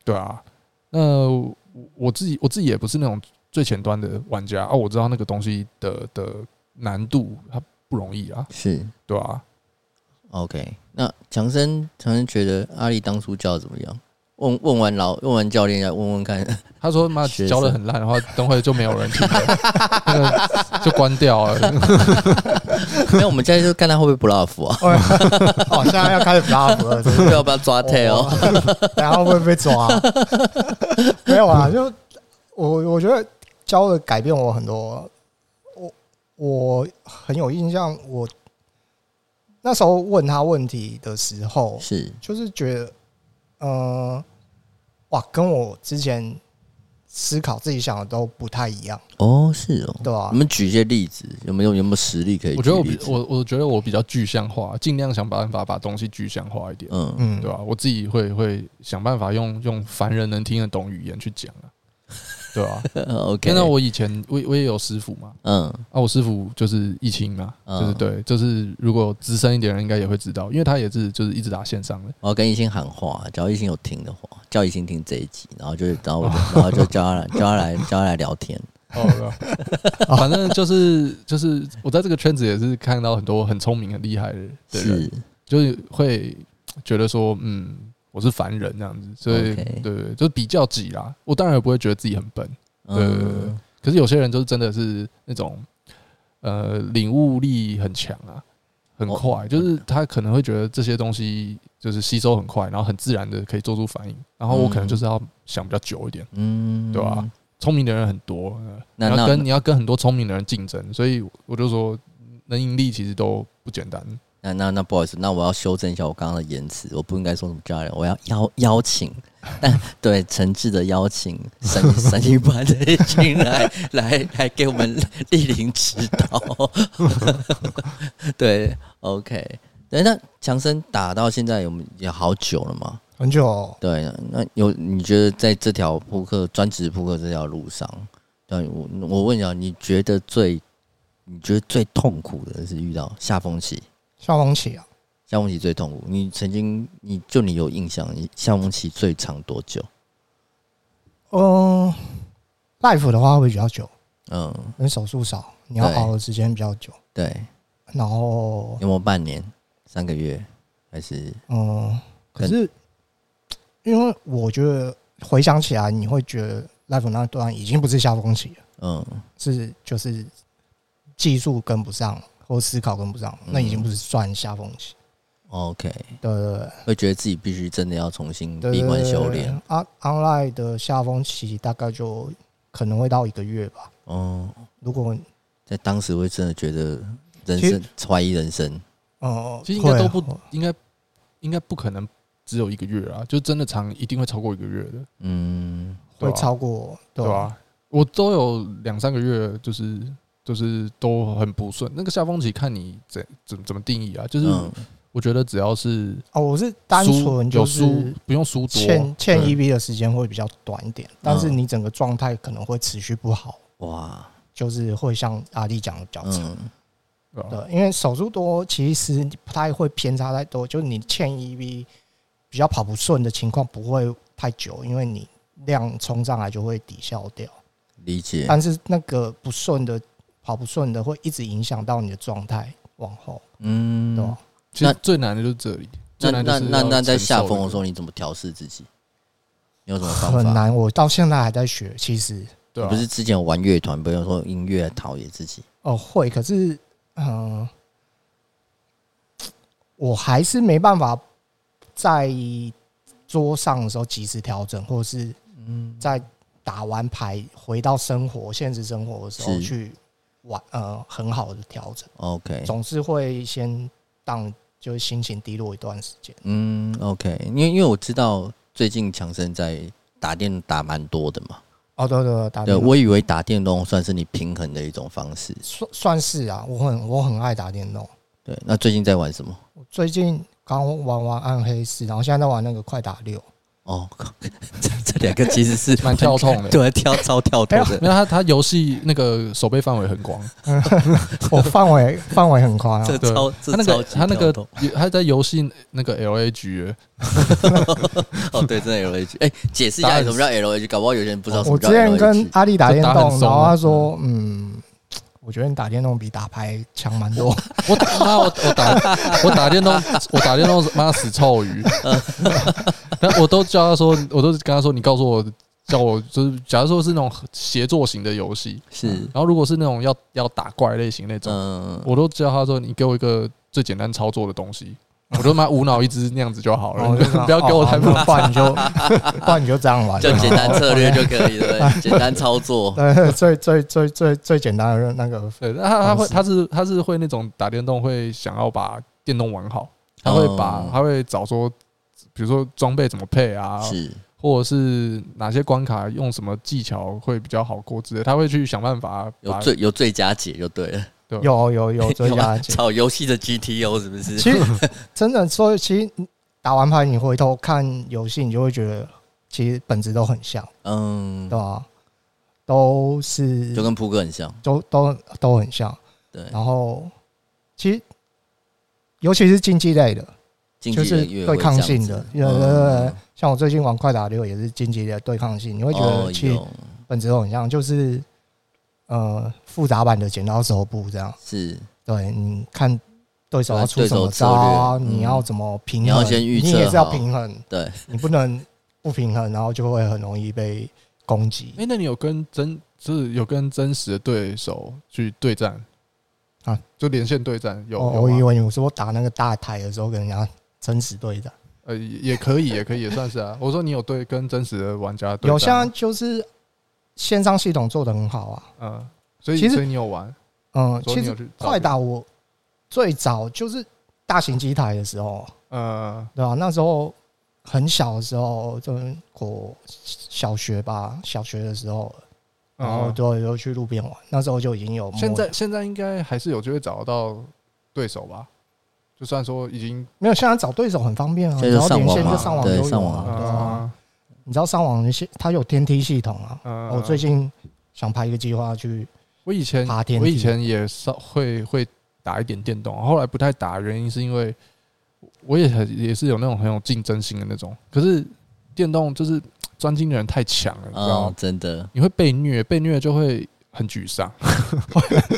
S2: 对啊。那我我自己我自己也不是那种最前端的玩家啊，我知道那个东西的的难度它不容易啊，
S1: 是
S2: 对啊。
S1: OK。那强生强生觉得阿力当初教得怎么样？问问完老问完教练，要问问看。 [laughs]
S2: 他说妈
S1: 学生
S2: 教的很烂的话，等会就没有人听了， [laughs] 那个就关掉啊
S1: [laughs]
S2: 了。
S1: 没有，我们现在就看他会不会 bluff 啊？ [laughs]
S3: 哦，现在要开始拉胡 [laughs] 了，真的
S1: 要不要抓
S3: [laughs]
S1: tail？
S3: 哦然后会被抓、啊没有啊，就我我觉得教的改变我很多，啊我我很有印象，我那时候问他问题的时
S1: [laughs]
S3: 候，
S1: 是
S3: 就是觉得，呃，哇，跟我之前思考自己想的都不太一样，
S1: 哦，是哦。
S3: 对吧、
S1: 我们举一些例子，有没有有没有实例可以
S2: 啊我觉
S1: 举
S2: 得我
S1: 例
S2: 比
S1: 子？
S2: 我我觉得我比较具象化，尽量想办法把东西具象化一点，
S1: 嗯，
S3: 嗯
S2: 对吧、我自己会会想办法用用凡人能听得懂语言去讲啊，
S1: [laughs]
S2: 对吧、
S1: OK
S2: 那。那我以前我我也有师傅嘛，
S1: 嗯
S2: 啊，我师傅就是易清嘛，
S1: 嗯
S2: 就是对，就是如果资深一点的人应该也会知道，因为他也是就是一直打线上的，
S1: 我要跟一心喊话，只要一心有听的话，叫一心听这一集，然后就然后我就然后就叫他来叫他来叫他来聊
S2: [laughs]
S1: 天。
S2: 哦， [laughs] 啊反正就是就是我在这个圈子也是看到很多很聪明很厉害的的人，
S1: 是
S2: 就是会觉得说，嗯，我是凡人这样子，所以
S1: OK
S2: 对对，就是比较挤啦。我当然也不会觉得自己很笨，对对对
S1: 嗯
S2: 可是有些人就是真的是那种呃领悟力很强啊，很
S3: 哦
S2: 快，就是他可能会觉得这些东西就是吸收很快，然后很自然的可以做出反应。然后我
S3: 嗯
S2: 可能就是要想比较久一点，
S1: 嗯，
S2: 对啊吧、聪明的人很多，呃
S1: 那
S2: 你
S1: 那
S2: 要跟你要跟很多聪明的人竞争，所以我就说能盈利其实都不简单。
S1: 那那那不好意思，那我要修正一下我刚刚的言辞，我不应该说什么家人，我要邀邀请， [laughs] 但对诚挚的邀请神神一般的一群来来来给我们莅临指导。 [laughs] 对，OK，对，那强生打到现在有也好久了嘛？
S3: 很久哦、
S1: 对，那有你觉得在这条扑克专职扑克这条路上，对我我问你啊，你觉得最你觉得最痛苦的是遇到下风期？
S3: 下风起啊，
S1: 夏梦琪最痛苦。你曾经，你就你有印象，你夏梦琪最长多久？
S3: 嗯，life 的话会比较久，
S1: 嗯，
S3: 因为手术少，你要
S1: 对
S3: 熬的时间比较久。
S1: 对，
S3: 然后
S1: 有没有半年、三个月，还是
S3: 嗯，可是因为我觉得回想起来，你会觉得 life 那段已经不是下风期了，
S1: 嗯
S3: 是就是技术跟不上或思考跟不上，
S2: 嗯
S3: 那已经不是算下风期。
S1: ？OK，
S3: 对对对
S1: 会觉得自己必须真的要重新
S3: 对，
S1: 闭关
S3: 对对
S1: 修
S3: 对
S1: 炼。
S3: 啊，online 的下风期大概就可能会到一个月吧。
S1: 哦，
S3: 如果
S1: 在当时会真的觉得人
S3: 其
S1: 生怀疑人生。
S3: 呃，
S2: 其实应该都
S3: 会
S2: 不
S3: 啊
S2: 应该应该不可能只有一个月啊，就真的长一定会超过一个月的，
S1: 嗯，
S2: 对
S3: 会
S2: 吧
S3: 超过啊
S2: 对啊吧、我都有两三个月，就是就是都很不顺。那个下风期看你怎怎怎么定义啊？就是
S1: 嗯
S2: 我觉得只要是
S3: 哦，我是单
S2: 输
S3: 纯就
S2: 有
S3: 是
S2: 输，不用输多
S3: 欠，欠
S2: 对
S3: EV 的时间会比较短一点，但
S1: 嗯
S3: 是你整个状态可能会持续不好，
S1: 哇，
S3: 就是会像阿丽讲的比较惨。
S1: 嗯
S2: 对吧
S3: 对，因为手术多，其实你不太会偏差太多，就是你欠 EV 比较跑不顺的情况不会太久，因为你量冲上来就会抵消掉。
S1: 理解。
S3: 但是那个不顺的跑不顺的会一直影响到你的状态往后，
S1: 嗯
S3: 对，啊吧？
S2: 其实最难的就是这里。
S1: 那
S2: 最难就
S1: 那
S2: 是
S1: 那
S2: 要
S1: 那在
S2: 承受
S1: 下
S2: 这
S1: 风的
S2: 个
S1: 时候，你怎么调试自己？你有什么方法？
S3: 很难，我到现在还在学，其实
S2: 对
S1: 你
S2: 啊，
S1: 不是之前有玩乐团，不用说音乐来陶冶自己。
S3: 哦，会，可是，嗯、我还是没办法在桌上的时候及时调整，或者是
S1: 嗯，
S3: 在打完牌回到生活、现实生活的时候
S1: 是
S3: 去玩，呃，很好的调整，
S1: OK，
S3: 总是会先当就是心情低落一段时间。
S1: 嗯，OK，因为因为我知道最近强生在打电打蛮多的嘛，
S3: 哦，对对对，打
S1: 对
S3: 电动
S1: 我以为打电动算是你平衡的一种方式。
S3: 算算是啊，我很我很爱打电动。
S1: 对，那最近在玩什么？
S3: 我最近刚玩完暗黑四，然后现在在玩那个快打六。
S1: 哦， [laughs] 靠这这两个其实是
S2: [laughs] 蛮跳痛的
S1: [laughs]
S2: 哎
S1: 对，啊跳超跳脱
S2: 没
S1: 的。
S2: 有他，他游戏那个手背范围很广，
S1: [laughs]
S3: 我范围范围很宽啊，
S1: 这
S2: 对
S1: 超这
S2: 他那
S1: 超
S2: 个
S1: 级
S2: 他那
S1: 跳
S2: 个
S1: 脱
S2: 他在游戏那个 L A G
S1: 哦，对，真的 LH。哎，解释一
S2: 答
S1: 下
S2: 案
S1: 什么叫 LH，搞不好有些人不知道什
S3: 我
S1: 么
S3: 之
S1: 叫
S3: 前跟
S1: LH。
S3: 阿丽打电动
S2: 就打很，松啊
S3: 然后他说：“嗯，我觉得你打电动比打牌强
S2: [laughs]
S3: 蛮多。
S2: 我妈我我打我打电动，我打电动妈死臭鱼，但我都叫他说，我都跟他说，你告诉我，叫我就是，假如说是那种协作型的游戏，
S1: 是，
S2: 然后如果是那种要要打怪类型那种，
S1: 嗯，
S2: 我都叫他说，你给我一个最简单操作的东 [laughs] 西，我就妈无脑一只那样子就好了，
S3: 哦
S2: 你就不要给我太复
S3: 哦
S2: 杂。
S3: 不然你就
S2: [laughs]
S3: 不然你就这样玩，
S1: 就简单策略就可以了，对不对简单操
S2: [laughs]
S1: 作。
S3: 对，最最最最最简单的那个，
S2: 对，那他他会
S3: 方式
S2: 他是他是会那种打电动会想要把电动玩好，他会把、
S1: 哦
S2: 他会找说，比如说装备怎么配啊，
S1: 是，
S2: 或者是哪些关卡用什么技巧会比较好过之类，他会去想办法
S1: 有
S2: 把
S1: 最有最佳解就对了。啊
S3: 有有
S1: [laughs]
S3: 有最佳解。
S1: 找游戏的 GTO 是不是？
S3: 其实真的说，其实你打完牌，你回头看游戏，你就会觉得其实本质都很像，
S1: 嗯
S3: 对，吧？都是
S1: 就跟扑克很像，
S3: 都都都很像。
S1: 对，
S3: 然后其实尤其是竞技类的，
S1: 经
S3: 就
S1: 济
S3: 是
S1: 人越会
S3: 对
S1: 这样
S3: 抗
S1: 子
S3: 性的，对对
S1: 嗯
S3: 对。像我最近玩快打六也是竞技的对抗性，你会觉
S1: 哦
S3: 得其实
S1: 有
S3: 本质都很像，就是呃复杂版的剪刀手部这样。
S1: 是
S3: 对，你看对手要出
S1: 对
S3: 什
S1: 手
S3: 么
S1: 策
S3: 招
S1: 略
S3: 啊，
S1: 嗯
S3: 你要怎么平衡？
S1: 你要先预测
S3: 你也是要
S1: 好
S3: 平衡，
S1: 对，
S3: 你不能不平衡，然后就会很容易被攻击
S2: 哎、。那你有跟真就是有跟真实的对手去对战？
S3: 啊，
S2: 就连线对战有，
S3: 哦
S2: 有
S3: 我
S2: 吗
S3: 以为你说打那个大台的时候跟人家真实对战，
S2: 呃也也可以，也可以，也算是
S3: [laughs]
S2: 啊。我说你有对跟真实的玩家
S1: 啊
S2: 对战
S3: 有
S2: 吗
S3: 像就是线上系统做的很好啊。
S2: 嗯，所以
S3: 其实
S2: 所以你有玩，
S3: 嗯，
S2: 所以
S3: 其
S2: 你有
S3: 实
S2: 去找
S3: 快打我最早就是大型机台的时候，
S2: 呃
S3: 对吧、那时候很小的时候，就是我小学吧，小学的时候，然后
S2: 嗯
S3: 都有去路边玩，那时候就已经有摸了。
S2: 现在现在应该还是有机会找得到对手吧？就算说已经
S3: 没有，现在找对手很方便啊，
S1: 现在
S3: 然
S1: 就
S3: 后
S1: 上
S3: 连
S1: 网
S3: 线
S1: 嘛
S3: 就上网
S1: 对
S3: 都有
S1: 上
S3: 啊
S1: 网。
S3: 对啊
S2: 嗯
S3: 你知道上网系它有天梯系统啊。
S2: 嗯，
S3: 我最近想拍一个计
S2: [laughs]
S3: 划去，
S2: 我以前
S3: 爬天
S2: 我以
S3: 梯
S2: 前也稍会会打一点电动，啊后来不太打，原因是因为我也很也是有那种很有竞争心的那种，可是电动就是专精的人太强了，你知道
S1: 啊
S2: 吗？，
S1: 真
S3: [laughs]
S1: 的，
S2: 你会被虐，被虐就会很沮丧。 [laughs]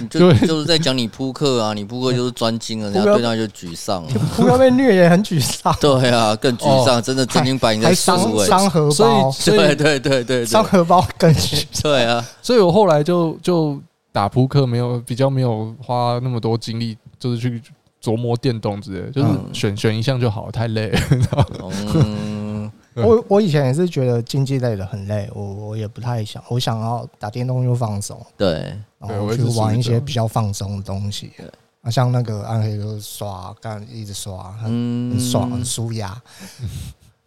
S1: 你就
S2: 对
S1: 就是在讲你扑克啊，你扑克就是专精啊了，人家
S3: 扑克
S1: 对那就沮丧了。，
S3: 扑克被虐也很沮丧
S1: [laughs] 对啊，更沮丧，真的真金白银
S3: 哦还
S1: 在思
S3: 伤
S1: 维。
S3: 伤荷
S2: 所以
S3: 包，
S2: 所
S1: 对
S2: 以
S1: 对对对
S3: 伤
S1: 对，
S3: 荷包更
S1: [laughs]
S3: 沮丧
S1: 对
S3: [laughs]
S1: 啊，
S2: 所以我后来就就打扑克，没有比较没有花那么多精力，就是去琢磨电动之类的，就是
S1: 嗯
S2: 选、选一项就好，太累了， [laughs] 你知道吗？
S1: 嗯，
S2: 对
S3: 我我以前也是觉得竞技类的很累，我我也不太想，我想要打电动又放松，
S1: 对，
S2: 对
S3: 然
S2: 我
S3: 后
S2: 也
S3: 去
S2: 是属于
S3: 玩一
S2: 这
S3: 些
S2: 样
S3: 比较放松的东西
S1: 对。
S3: 啊，像那个暗黑就是刷，干一直刷，很
S1: 嗯，
S3: 很爽，很
S1: [laughs]
S3: 舒压。啊，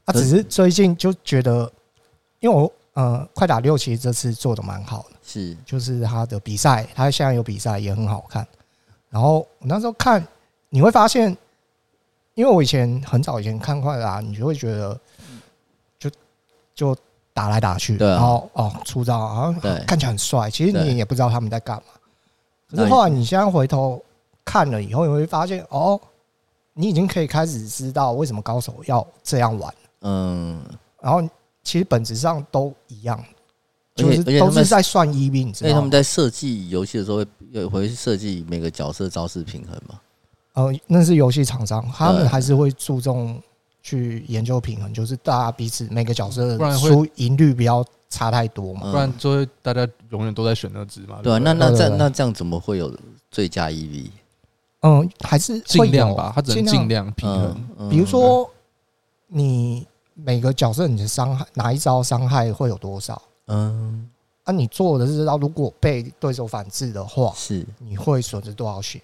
S1: 可
S3: 只是最近就觉得，因为我呃，快打六其实这次做的蛮好的。
S1: 是，
S3: 就是他的比赛，他现在有比赛也很好看。然后我那时候看，你会发现，因为我以前很早以前看快打，你就会觉得就就打来打去，
S1: 对啊
S3: 然后哦出招，然后
S1: 对
S3: 看起来很帅，其实
S1: 对
S3: 你也不知道他们在干嘛。可
S1: 那
S3: 是
S1: 你
S3: 后来你现在回头看了以后，你会发现哦，你已经可以开始知道为什么高手要这样玩，
S1: 嗯，
S3: 然后其实本质上都一样，
S1: 而
S3: 就
S1: 且
S3: 是
S1: 而且
S3: 都
S1: 他们
S3: 是在算一 v 你知
S1: 所以
S3: 道
S1: 他
S3: 吗
S1: 们？在设计游戏的时候会有会设计每个角色招式平衡嘛？
S3: 呃，那是游戏厂商，他们
S1: 对
S3: 还是会注重去研究平衡，就是大家彼此每个角色
S2: 不
S3: 的
S2: 然会
S3: 输赢率不要差太多嘛。
S1: 嗯
S2: 哦不然就会大家永远都在选那只嘛。
S1: 对啊，
S2: 不
S1: 那那
S3: 对
S1: 这
S3: 对
S1: 样
S3: 对
S1: 那这样怎么会有最佳 E EV？
S3: 嗯，还是会有
S2: 尽量吧，他只能尽。量平衡。
S1: 嗯，嗯
S3: 比如说，你每个角色你的伤害哪一招伤害会有多少？
S1: 嗯
S3: 啊，你做的是道，如果被对手反制的话，
S1: 是 [laughs]
S3: 你会损失多少血？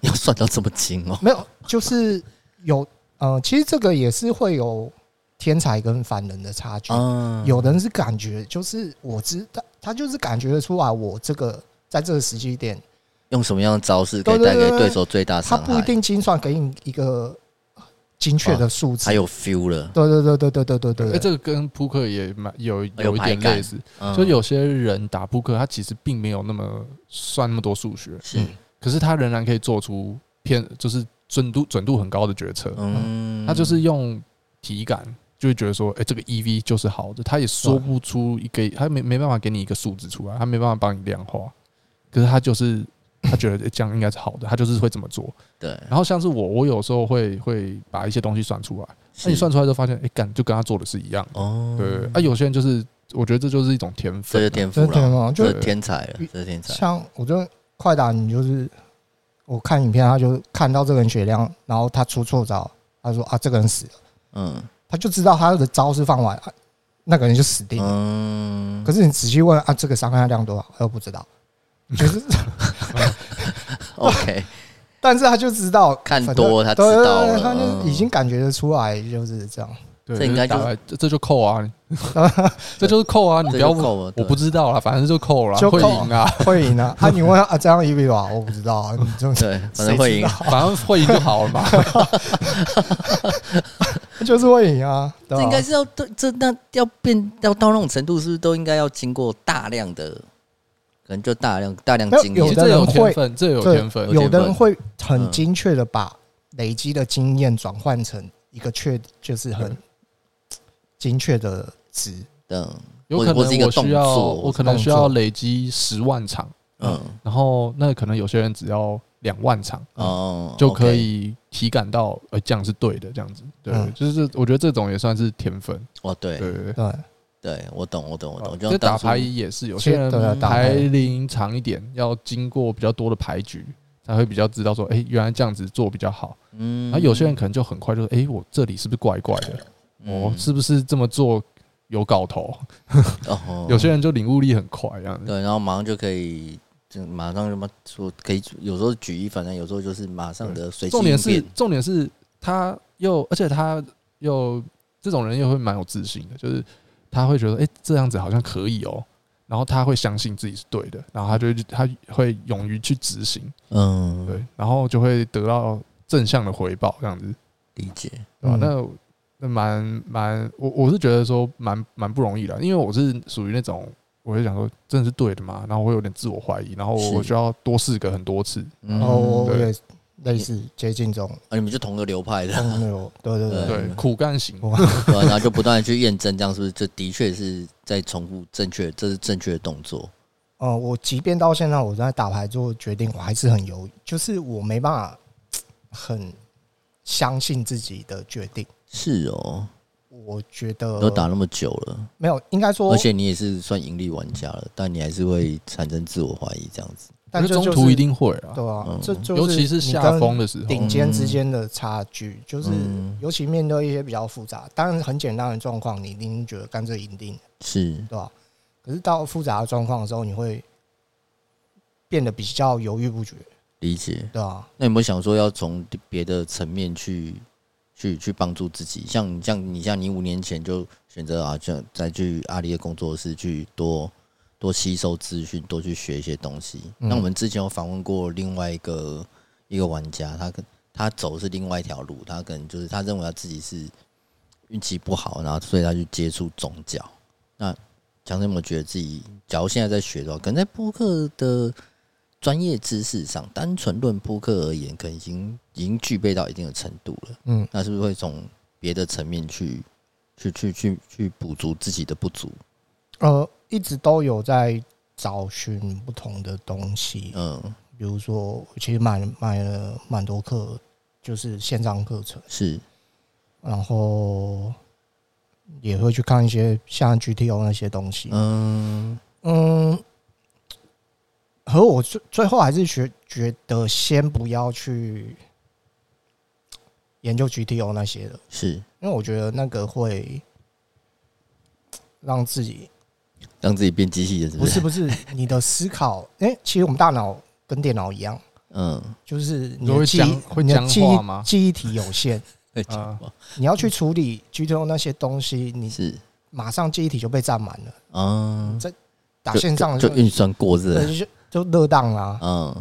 S1: 要算到这么精哦，
S3: 没有，就是有呃，其实这个也是会有天才跟凡人的差距。
S1: 嗯，
S3: [laughs] 有的人是感觉，就是我知道，他就是感觉得出来，我这个在这个时机点，
S1: 用什么样的招式可以
S3: 对对
S1: 带给
S3: 对
S1: 对手最大
S3: 他
S1: 伤
S3: 不一
S1: 害？
S3: 定精算给你一个呃精确的数字
S1: 啊还。有 feel 了，
S3: 对对对对对对对
S2: 哎、
S3: 对对，
S2: 这个跟扑克也蛮有
S1: 有
S2: 有一
S1: 排
S2: 点
S1: 感
S2: 类似，
S1: 嗯
S2: 就有些人打扑克，他其实并没有那么算那么多数学，嗯
S1: 是
S2: 可是他仍然可以做出偏就是准度准度很高的决策。
S1: 嗯，
S2: 他就是用体感就会觉得说，哎、这个 EV 就是好的，他
S1: 啊
S2: 也说不出一个，他没没办法给你一个数字出来，他没办法帮你量化，可是他就是他觉得、诶这样应该是好的，他就是会这么做。
S1: 对，
S2: 然后像是我，我有时候会会把一些东西算出来，
S1: 是
S2: 那你算出来之后发现，哎、干就跟他做的是一样的。
S1: 哦，
S2: 对，啊，有些人就是，我觉得这就是一种天
S1: 这
S2: 分啊、
S1: 就天赋
S3: 真的
S1: 了，
S3: 吗？就
S1: 这
S2: 对
S1: 是天才了，这是天才，
S3: 像我觉得快打，你就是我看影片，他就看到这个人血量，然后他出错招，他说啊这个人死了，
S1: 嗯
S3: 他就知道他的招是放完，啊那个人就死定了。
S1: 嗯，
S3: 可 [laughs] 是你仔细问啊，这个伤害量多少，他又不知道，就是
S1: OK，
S3: 但是他就知道
S1: 看
S3: 反正
S1: 多他知
S3: 对对
S1: 道
S3: 对
S1: 了，
S3: 他就
S1: 嗯
S3: 已经感觉得出来就是这样。
S2: 对，
S1: 这应该
S2: 打
S1: 就是
S2: 来这这就扣啊，
S1: [laughs]
S2: 你这就是扣啊，你不
S1: 这
S2: 要
S1: 就
S2: 问
S1: 够了，
S2: 我
S1: 对
S2: 不知道啦，反正就扣啦，
S3: 就
S2: 会
S3: 扣
S1: [laughs]
S2: 赢啊，
S3: 会赢啊！啊，你问他啊，这样 EV 吧，我不知道啊，你这种
S1: 对，反正会赢，
S2: 反正会赢就好
S1: [laughs]
S2: 了嘛。
S3: 就是会赢啊，对
S1: 这应
S3: 吧
S1: 该？是要对这那要变要到那种程度，是不是都应该要经过大量的，可能就大量大量
S3: 没有
S1: 经
S3: 有
S1: 验
S3: 的
S2: 这有
S3: 人
S2: 天
S3: 会
S2: 分，这有
S3: 对
S2: 天分，
S3: 有的
S1: 有
S3: 人
S1: 点
S3: 会很精确的把累积的经验转换成一个确，就是很
S2: 对
S3: 精确的值。
S1: 的，
S2: 有
S1: 或
S2: 可
S1: 者或是一个
S2: 能我
S1: 动
S2: 需要，
S1: 作
S2: 我可能
S3: 动
S2: 需要
S3: 作
S2: 累积十万场，
S1: 嗯
S2: 然后那可能有些人只要两万场
S1: 哦，
S2: 嗯就可以体感到，哎呃，这样是对的，这样子，对，
S3: 嗯
S2: 就是这我觉得这种也算是天分，
S1: 哦，对
S2: 对，对对
S3: 对，
S1: 对我懂，我懂，我懂。就
S2: 这
S1: 像
S2: 打
S1: 当初
S2: 牌也是，有些
S3: 对啊
S2: 人
S3: 打牌
S2: 牌龄长一点，要经过比较多的牌局，才会比较知道说，哎、原来这样子做比较好。
S1: 嗯
S2: 然啊后有些人可能就很快就说，哎、我这里是不是怪怪的？我、
S1: 嗯
S2: 是不是这么做有搞头？
S1: 哦
S2: 有些人就领悟力很快，这样子。
S1: 对，然后马上就可以，就马上就嘛说可以，有时候举一反三，有时候就是马上的随机
S2: 重
S1: 应
S2: 点
S1: 变。
S2: 是，重点是他又，而且他又这种人又会蛮有自信的，就是他会觉得，哎、这样子好像可以哦、然后他会相信自己是对的，然后他就他会勇于去执行，
S1: 嗯，
S2: 对，然后就会得到正向的回报，这样子，
S1: 理解。
S2: 对吧、
S3: 嗯
S2: 那那蛮蛮，我我是觉得说蛮蛮不容易的，因为我是属于那种，我就想说，真的是对的吗？然后我有点自我怀疑，然后我
S1: 是
S2: 需要多试个很多次，
S1: 嗯
S3: 哦，我我
S2: 对
S3: 也类似接近这种
S1: 啊，你们就同个流派的，
S3: 那种，对对哦对，
S2: 对，苦干型，
S3: 我
S1: 对啊然后就不断的去验证，这样是不是就的确是在重复正确，这是正确的动作。
S3: 呃，我即便到现在我在打牌做决定，我还是很犹豫，就是我没办法很相信自己的决定。
S1: 是哦，
S3: 我觉得
S1: 都打那么久了，
S3: 没有，应该说
S1: 而，且你也是算盈利玩家了，但你还是会产生自我怀疑这样子。
S3: 但
S2: 我觉
S3: 这
S2: 得
S3: 就
S2: 中途一
S3: 是
S2: 定会啊，
S3: 对啊
S1: 嗯，
S3: 这就
S2: 尤其是
S3: 你
S2: 下
S3: 跟
S2: 风的时候，
S3: 顶尖之间的差距，就是
S1: 嗯
S3: 尤其面对一些比较复杂，当然很简单的状况，你一定觉得干这一定
S1: 是，
S3: 对吧？可是到复杂的状况的时候，你会变得比较犹豫不决，
S1: 理解。
S3: 对啊吧？
S1: 那有没有想说要从别的层面去去去帮助自己？像你像你像你五年前就选择啊，像再去阿里的工作室去多多吸收资讯，多去学一些东西。
S3: 嗯
S1: 那我们之前有访问过另外一个一个玩家，他跟他走的是另外一条路，他可能就是他认为他自己是运气不好，然后所以他去接触宗教。那强生有没有觉得自己，假如现在在学的话，可能在扑克的专业知识上，单纯论扑克而言，可能已经已经具备到一定的程度了。
S3: 嗯，
S1: 那是不是会从别的层面去去去去去补足自己的不足？
S3: 呃，一直都有在找寻不同的东西，
S1: 嗯，
S3: 比如说，我其实买买了蛮多课，就是线上课程，
S1: 是
S3: 然后也会去看一些像 GTO 那些东西。
S1: 嗯
S3: 嗯，和我最最后还是觉觉得先不要去研究 GTO 那些的，
S1: 是
S3: 因为我觉得那个会让自己
S1: 让自己变机器人，是
S3: 不
S1: 不是？
S3: 是不是你的思考，哎、其实我们大脑跟电脑一样。
S1: 嗯，
S3: 就是你
S2: 都
S3: 的
S2: 会
S3: 记
S2: 僵
S3: 忆，
S2: 会
S3: 你的
S2: 僵
S3: 记
S2: 化吗
S3: 忆记忆体有限，
S1: 在讲话
S3: 你要去处理 GTO 那些东西，你
S1: 是
S3: 马上记忆体就被占满了。
S1: 嗯，
S3: 这打
S1: 就
S3: 线上
S1: 就就运算过热，
S3: 对就就热当啦。
S1: 嗯，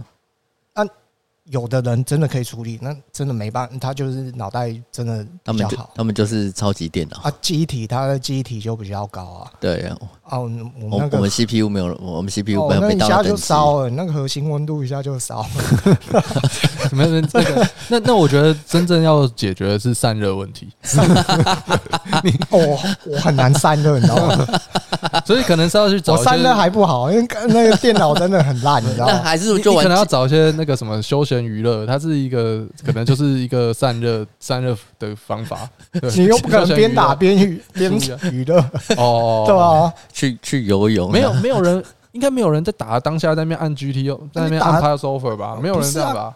S3: 有的人真的可以处理，那真的没办法，他就是脑袋真的
S1: 他
S3: 比
S1: 们
S3: 较
S1: 就
S3: 好
S1: 他们就是超级电脑，
S3: 啊，记忆体他的记忆体就比较高啊。
S1: 对，
S3: 啊，我们我
S1: 我
S3: 们那
S1: 我
S3: 个
S1: 们 CPU 没有，我们 CPU
S3: 哦
S1: 没有
S3: 那
S1: 被
S3: 一
S1: 大到
S3: 下就
S1: 等级，
S3: 烧了，那个核心温度一下就烧了。 [laughs]
S2: 什么那个？那那我觉得真正要解决的是散热问题，
S3: 哦，我我很难散热，你知道吗？
S2: 所以可能是要去找
S3: 我
S2: 一些
S3: 散热还不好，因为 [laughs] 那个电脑真的很烂，你知道
S1: 那
S3: 吗？
S1: 还是
S2: 你
S1: 就
S2: 你
S1: 玩
S2: 可能要找一些那个什么休闲娱乐，它是一个可能就是一个散热散热的方法。 [laughs] 对
S3: 你又不可能边
S2: [laughs]
S3: 打边娱边
S2: 娱乐
S3: 娱乐，
S2: 哦，
S3: [laughs] 对啊，
S1: 去去游泳，啊
S2: 没有没有人，应该没有人在打当下在那边按 GTO，在那边按 p a s s o v e r 吧？没有人这样吧？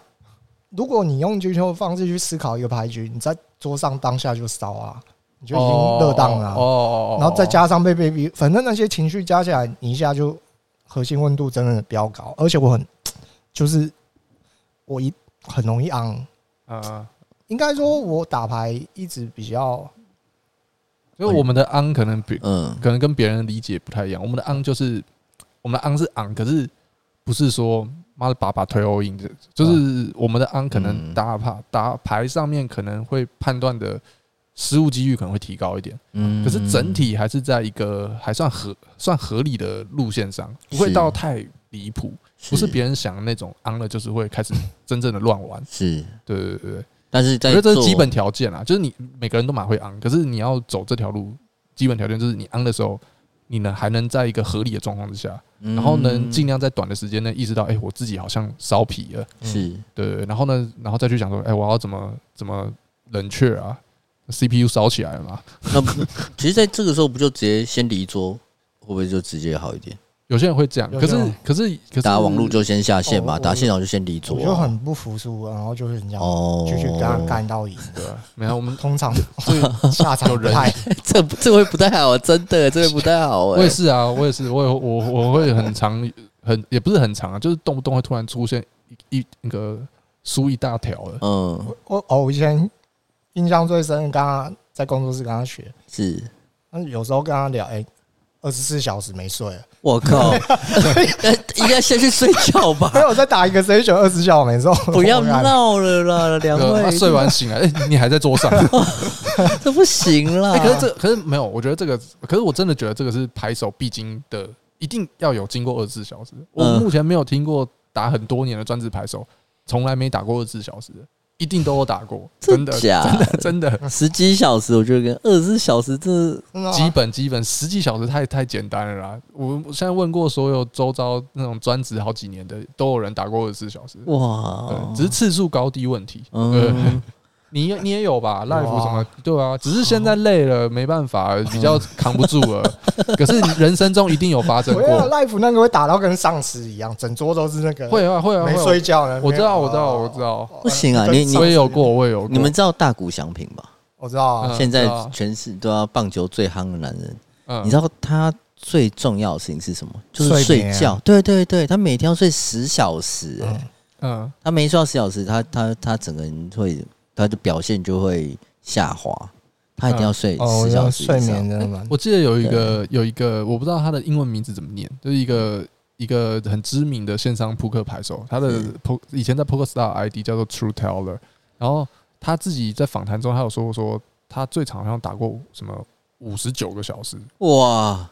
S3: 如果你用 GTO 的方式去思考一个牌局，你在桌上当下就烧啊，你就已经热当了啊、
S2: 哦哦，哦
S3: 然后再加上被被逼，反正那些情绪加起来，你一下就核心温度真的飙高，而且我很就是我一很容易昂，
S2: 嗯。
S3: 应该说我打牌一直比较
S2: 所以我们的 on 可能比
S1: 嗯，
S2: 可能跟别人的理解不太一样。我们的 on 就是我们的 on 是 on，可是不是说妈的把把推欧印，就是我们的 on 可能
S1: 嗯
S2: 打牌打牌上面可能会判断的失误几率可能会提高一点，
S1: 嗯
S2: 可是整体还是在一个还算合算合理的路线上，不会
S1: 是
S2: 到太离谱，不是别人想的那种 on 了就是会开始真正的乱玩。
S1: 是，
S2: 对对对对，
S1: 但是
S2: 我
S1: 在
S2: 觉得这是
S1: 做
S2: 基本条件啦，啊就是你每个人都蛮会昂，可是你要走这条路，基本条件就是你昂的时候，你呢还能在一个合理的状况之下，
S1: 嗯
S2: 然后能尽量在短的时间内意识到，哎、我自己好像烧皮了，
S1: 是
S2: 对，然后呢，然后再去想说，哎、我要怎么怎么冷却啊， CPU 烧起来了嘛。
S1: 那不其实在这个时候不就直接先离桌，会不会就直接好一点？
S2: 有些人会这样，
S3: 有
S2: 可是
S3: 这种
S2: 可是可是
S1: 打网络就先下线
S3: 哦
S1: 嘛，
S3: 我
S1: 打现场就先离桌
S3: 我
S1: 啊。
S3: 就很不服输，然后就是人家
S1: 哦，
S3: 继续跟他干到赢。
S2: 对啊，没有我们
S3: 通常下场
S2: 有人
S3: 派
S1: [laughs] 这不这会不太好，啊真的，这会不太好
S2: 我也是啊，我也是，我也我我会很常很也不是很常啊，就是动不动会突然出现一一那个输一大条的，
S1: 嗯，
S3: 我哦，我以前印象最深，刚刚在工作室跟他学，
S1: 是，
S3: 但是有时候跟他聊，哎、二十四小时没睡了，
S1: 我靠， [laughs] 那应该先去睡觉吧
S3: 没，有再打一个 session 二十小时没睡，
S1: [laughs] 不要
S2: [laughs]
S3: 我然
S1: 闹了啦，两
S2: 呃他
S1: 位，
S2: 睡
S1: [laughs]
S2: 完醒来，哎，你还在桌上。
S1: 这不行啦
S2: 哎，。可是这可是没有，我觉得这个，可是我真的觉得这个是拍手必经的，一定要有经过二十四小时。我
S1: 嗯
S2: 目前没有听过打很多年的专职拍手，从来没打过二十四小时的，一定都有打过，真的，
S1: 假
S2: 真的， [laughs] 真的，
S1: 十几小时，我觉得跟二十四小时这
S3: 真的吗
S2: 基本基本十几小时太太简单了啦。我我现在问过所有周遭那种专职好几年的，都有人打过二十四小时，
S1: 哇
S2: 对，只是次数高低问题。呃，
S1: 嗯，
S2: [laughs] 你也你也有吧
S3: 哇
S2: ，life 什么对啊，只是现在累了，没办法，比较扛不住了。可是人生中一定有发生
S3: 我要
S2: 过，
S3: life 那个会打到跟丧尸一样，整桌都是那个
S2: 会啊会啊
S3: 没
S2: 会
S3: 睡
S2: 啊。
S3: 觉的。
S2: 我知道
S3: 没有
S2: 我知道我知道，
S1: 不行啊
S3: 跟
S1: 你你
S2: 我
S3: 丧
S2: 也
S3: 尸
S2: 有过，我也有过。
S1: 你们知道大谷翔平吧？
S3: 我知道啊，
S2: 嗯
S1: 现
S2: 知
S1: 在
S2: 道啊
S1: 全市都要棒球最夯的男人，
S2: 嗯
S1: 你知道他最重要的事情是什么？就是
S3: 睡
S1: 睡
S3: 眠啊
S1: 觉。对对对，他每天要睡十小时、欸，
S3: 嗯
S2: 嗯
S1: 他没睡到十小时，他他他整个人会，他的表现就会下滑。他一定要睡
S2: 啊
S3: 哦，我
S1: 十
S3: 知
S1: 小
S3: 道
S1: 时以
S3: 睡
S1: 上。
S3: 眠真的蛮
S2: 我记得有一个有一个，我不知道他的英文名字怎么念，就是一个一个很知名的线上扑克牌手，他的
S1: 是
S2: po 以前在 Poker Star ID 叫做 True Teller，然后他自己在访谈中，他有说过说他最长好像打过什么五十九个小时，
S1: 哇，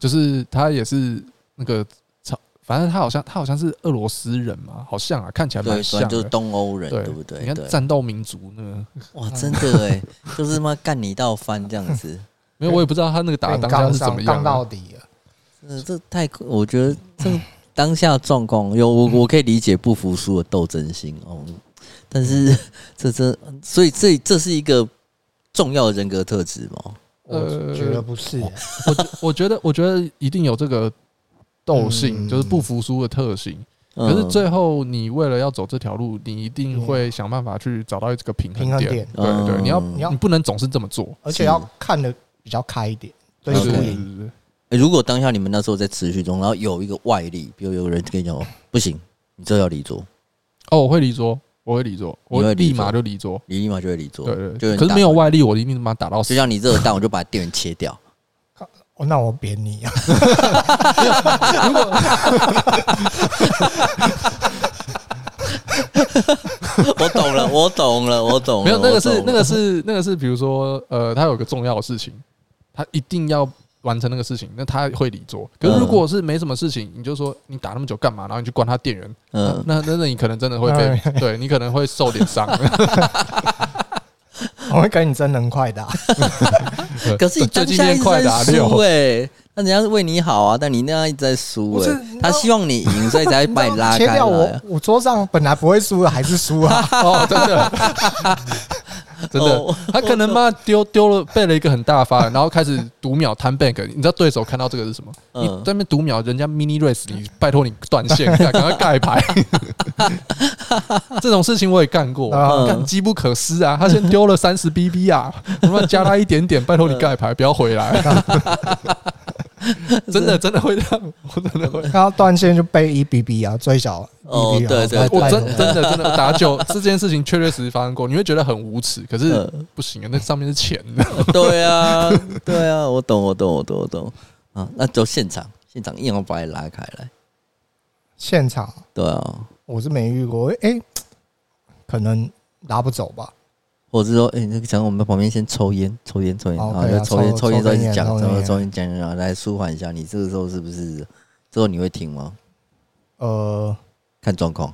S2: 就是他也是那个超，反正他好像他好像是俄罗斯人嘛，好像啊，看起来
S1: 对，
S2: 蛮
S1: 反
S2: 像
S1: 正就是
S2: 的。
S1: 东欧人，
S2: 对
S1: 对不对？
S2: 你看
S1: 对，
S2: 战斗民族那个，
S1: 哇，真的
S2: [laughs]
S1: 哎、就是妈干你到翻这样子，
S2: 没有我也不知道他那个打
S3: 被
S2: 的当
S3: 你杠
S2: 下是怎
S3: 上
S2: 么
S3: 杠
S2: 样
S3: 到
S2: 啊。
S3: 底了。
S1: 呃，这太酷，我觉得这当下状况有
S2: 嗯
S1: 我我可以理解不服输的斗争心哦，但是
S2: 嗯
S1: [laughs] 这这所以这这是一个重要的人格特质嘛？
S3: 我
S2: 呃
S3: 觉得不是，
S2: 我觉我觉得我觉得一定有这个斗性，
S3: 嗯
S2: 就是不服输的特性。
S1: 嗯
S2: 可是最后你为了要走这条路，你一定会想办法去找到这个平
S3: 嗯平
S2: 衡
S3: 衡
S2: 点
S3: 点。
S2: 对对，
S1: 嗯
S2: 你要
S3: 你要
S2: 你不能总是这么做。
S3: 而且要看的比较开一点，对
S1: 嗯
S3: 输
S2: 对对对
S3: 赢。
S2: 对，
S1: 欸如果当下你们那时候在持续中，然后有一个外力，比如有个人跟你讲哦，不行，你这要离桌，
S2: 哦，我会离桌，我会离桌，
S1: 你
S2: 我
S1: 会离
S2: 立
S1: 桌
S2: 马就离桌。
S1: 你立马就会离桌，
S2: 对对
S1: 就
S2: 对，
S1: 很
S2: 可是
S1: 大
S2: 没有
S1: 块，
S2: 外力，我一定他妈打到死
S1: 就。像你热蛋，我就把电源切掉， [laughs]
S3: 哦，那我扁你啊！ [laughs]
S1: 我懂了，我懂了，我懂了，
S2: 没有，那个是
S1: 我懂
S2: 那
S1: 了
S2: 个是那个是，比如说呃，他有个重要的事情，他一定要完成那个事情，那他会理做。可
S1: 嗯
S2: 是如果是没什么事情，你就说你打那么久干嘛？然后你去关他电源，
S1: 嗯，
S2: 那那那你可能真的会被，对你可能会受点伤。
S3: 我会跟你争能快
S1: [laughs]
S3: 打，啊
S2: [laughs]
S1: 可是你
S2: 最
S1: 当
S2: 近
S1: 下一
S2: 练
S1: 直
S2: 快
S1: 在
S2: 打
S1: 输
S2: 六，
S1: 哎、那人家是为你好啊，但你那样一直在输
S3: 不
S1: 哎、
S3: 是
S1: 他
S3: 那
S1: 希望你赢，所以才会把你拉
S3: [laughs] 切
S1: 开来
S3: 掉我
S1: 啊。，
S3: 我桌上本来不会输的，还是输
S2: [laughs]
S3: 啊！
S2: 哦，真
S1: [laughs]
S2: 的。真的
S1: 哦，
S2: 他可能妈丢丢了背了一个很大发，然后开始读秒摊 bank，你知道对手看到这个是什么？
S1: 嗯
S2: 你在那边读秒，人家 mini race，你拜托你断线，赶快
S1: [laughs]
S2: 盖牌。这种事情我也干过，
S3: 嗯
S2: 干机不可失啊！他先丢了三十 BB 啊，我们加他一点点，拜托你盖牌，不要回来。 [laughs] 真的真的会这样，我真
S1: 哎
S2: 的会。
S3: 然后断线就背一 B B 啊，最小
S1: 哦
S3: 一啊 B
S1: 对对
S2: 我真真的真的打酒这件事情确确实实发生过，你会觉得很无耻，可是
S3: [laughs]
S1: 嗯
S2: 不行啊，那上面是钱的。
S1: 对啊，对啊，我懂，我懂，我懂，我懂啊。那就现场，现场硬要把你拉开来，
S3: 现场
S1: 对啊，
S3: 我是没遇过，哎，可能拿不走吧。
S1: 或者是说，哎、那个讲我们在旁边先抽烟，抽烟，抽烟，
S3: 哦
S1: 然后
S3: 对啊
S1: 就抽烟，
S3: 抽
S1: 抽烟，
S3: 抽根
S1: 一直
S3: 烟
S1: 讲，
S3: 抽根
S1: 然后
S3: 烟
S1: 抽烟讲讲，然后来舒缓一下。你这个时候是不是？之后你会听吗？
S3: 呃，
S1: 看状况，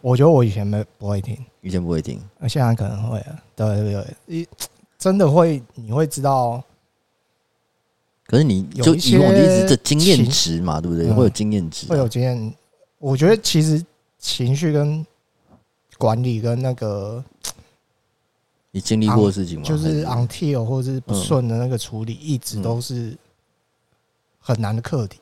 S3: 我觉得我以前没不会听，
S1: 以前不会听，
S3: 现在可能会了。对对对，一真的会，你会知道
S1: 可是你
S3: 有
S1: 就
S3: 一
S1: 以我的一
S3: 些
S1: 直这经验
S3: 情
S1: 值嘛，对不对？
S3: 嗯
S1: 会有经验值啊、
S3: 会有经验。我觉得其实情绪跟管理跟那个
S1: 你经历过的事情吗？
S3: 就
S1: 还
S3: 是 until 或者是不顺的那个处理，一直
S1: 嗯
S3: 都是很难的课题。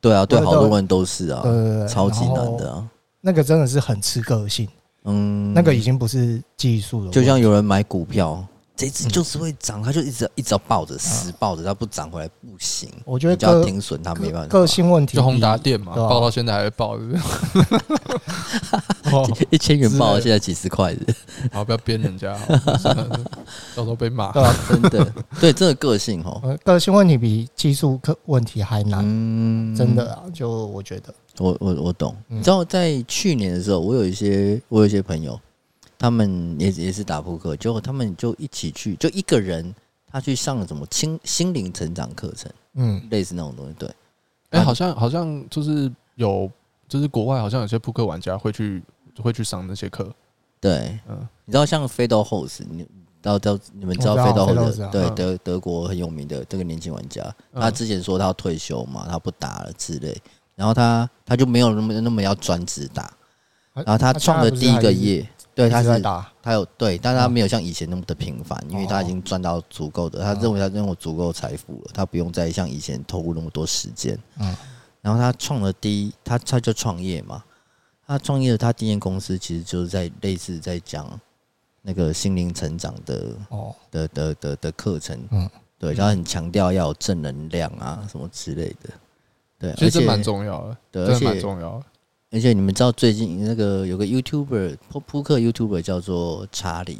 S1: 对啊，对
S3: 我
S1: 好多人都是
S3: 对
S1: 啊，
S3: 对对，
S1: 超级
S3: 然
S1: 难
S3: 后
S1: 的啊。
S3: 那个真的是很吃个性，
S1: 嗯，
S3: 那个已经嗯不是技术的问题，
S1: 就像有人买股票，这只就是会涨，他就一直一直要抱着，死抱着，他不涨回来不行，
S3: 我觉
S1: 你
S3: 得
S1: 就要
S3: 个
S1: 停损，他没
S3: 个
S1: 办法。
S3: 个性问题
S2: 就宏
S3: 比
S2: 达电嘛，
S3: 对啊
S2: 报到现在还在报，是 [laughs] 不是？哦，
S1: 一千元爆
S2: 之类的
S1: 现在几十块
S3: [laughs]
S1: 的，
S2: 好，不要编人家，好真的到时候被骂。
S3: 对吧？
S1: 真的，对，真的个性哦，
S3: 呃个性问题比技术课问题还难，
S1: 嗯
S3: [laughs] 真的啊，就我觉得，
S1: 我我我懂，
S3: 嗯
S1: 你知道在去年的时候，我有一些我有一些朋友，他们也也是打扑克，结果他们就一起去，就一个人他去上了什么心心灵成长课程，
S3: 嗯，
S1: 类似那种东西。对，
S2: 哎，好像好像就是有，就是国外好像有些扑克玩家会去会去上那些课，
S1: 对，
S2: 嗯，
S1: 你知道像 Fedor h o s 你到到你们知道
S3: 我知道
S1: Fedor h o
S3: Fedor
S1: s
S3: Holz，
S1: 对
S2: 嗯
S1: 德德国很有名的这个年轻玩家，
S2: 嗯
S1: 他之前说他要退休嘛，他不打了之类，然后他他就没有那么那么要专职打，
S3: 然
S1: 然后他创的第一个
S3: 业，
S1: 业，对，他
S3: 一直在
S1: 是
S3: 打，
S1: 他有对，但是他没有像以前那么的频
S2: 哦
S1: 繁，因为他已经赚到足够的，他认为他拥有足够的财富了，他不用再像以前投入那么多时间。
S3: 嗯
S1: 然后他创了第一，他他就创业嘛，他创业的他第一间公司其实就是在类似在讲那个心灵成长的
S3: 哦，
S1: 的的的的课程，
S3: 嗯
S1: 对，他很强调要有正能量啊什么之类的，对，
S2: 其实这
S1: 而且
S2: 蛮重要的，
S1: 对，而
S2: 真的蛮
S1: 且
S2: 重要的。
S1: 而且你们知道最近那个有个 YouTuber 扑扑克 YouTuber 叫做查理，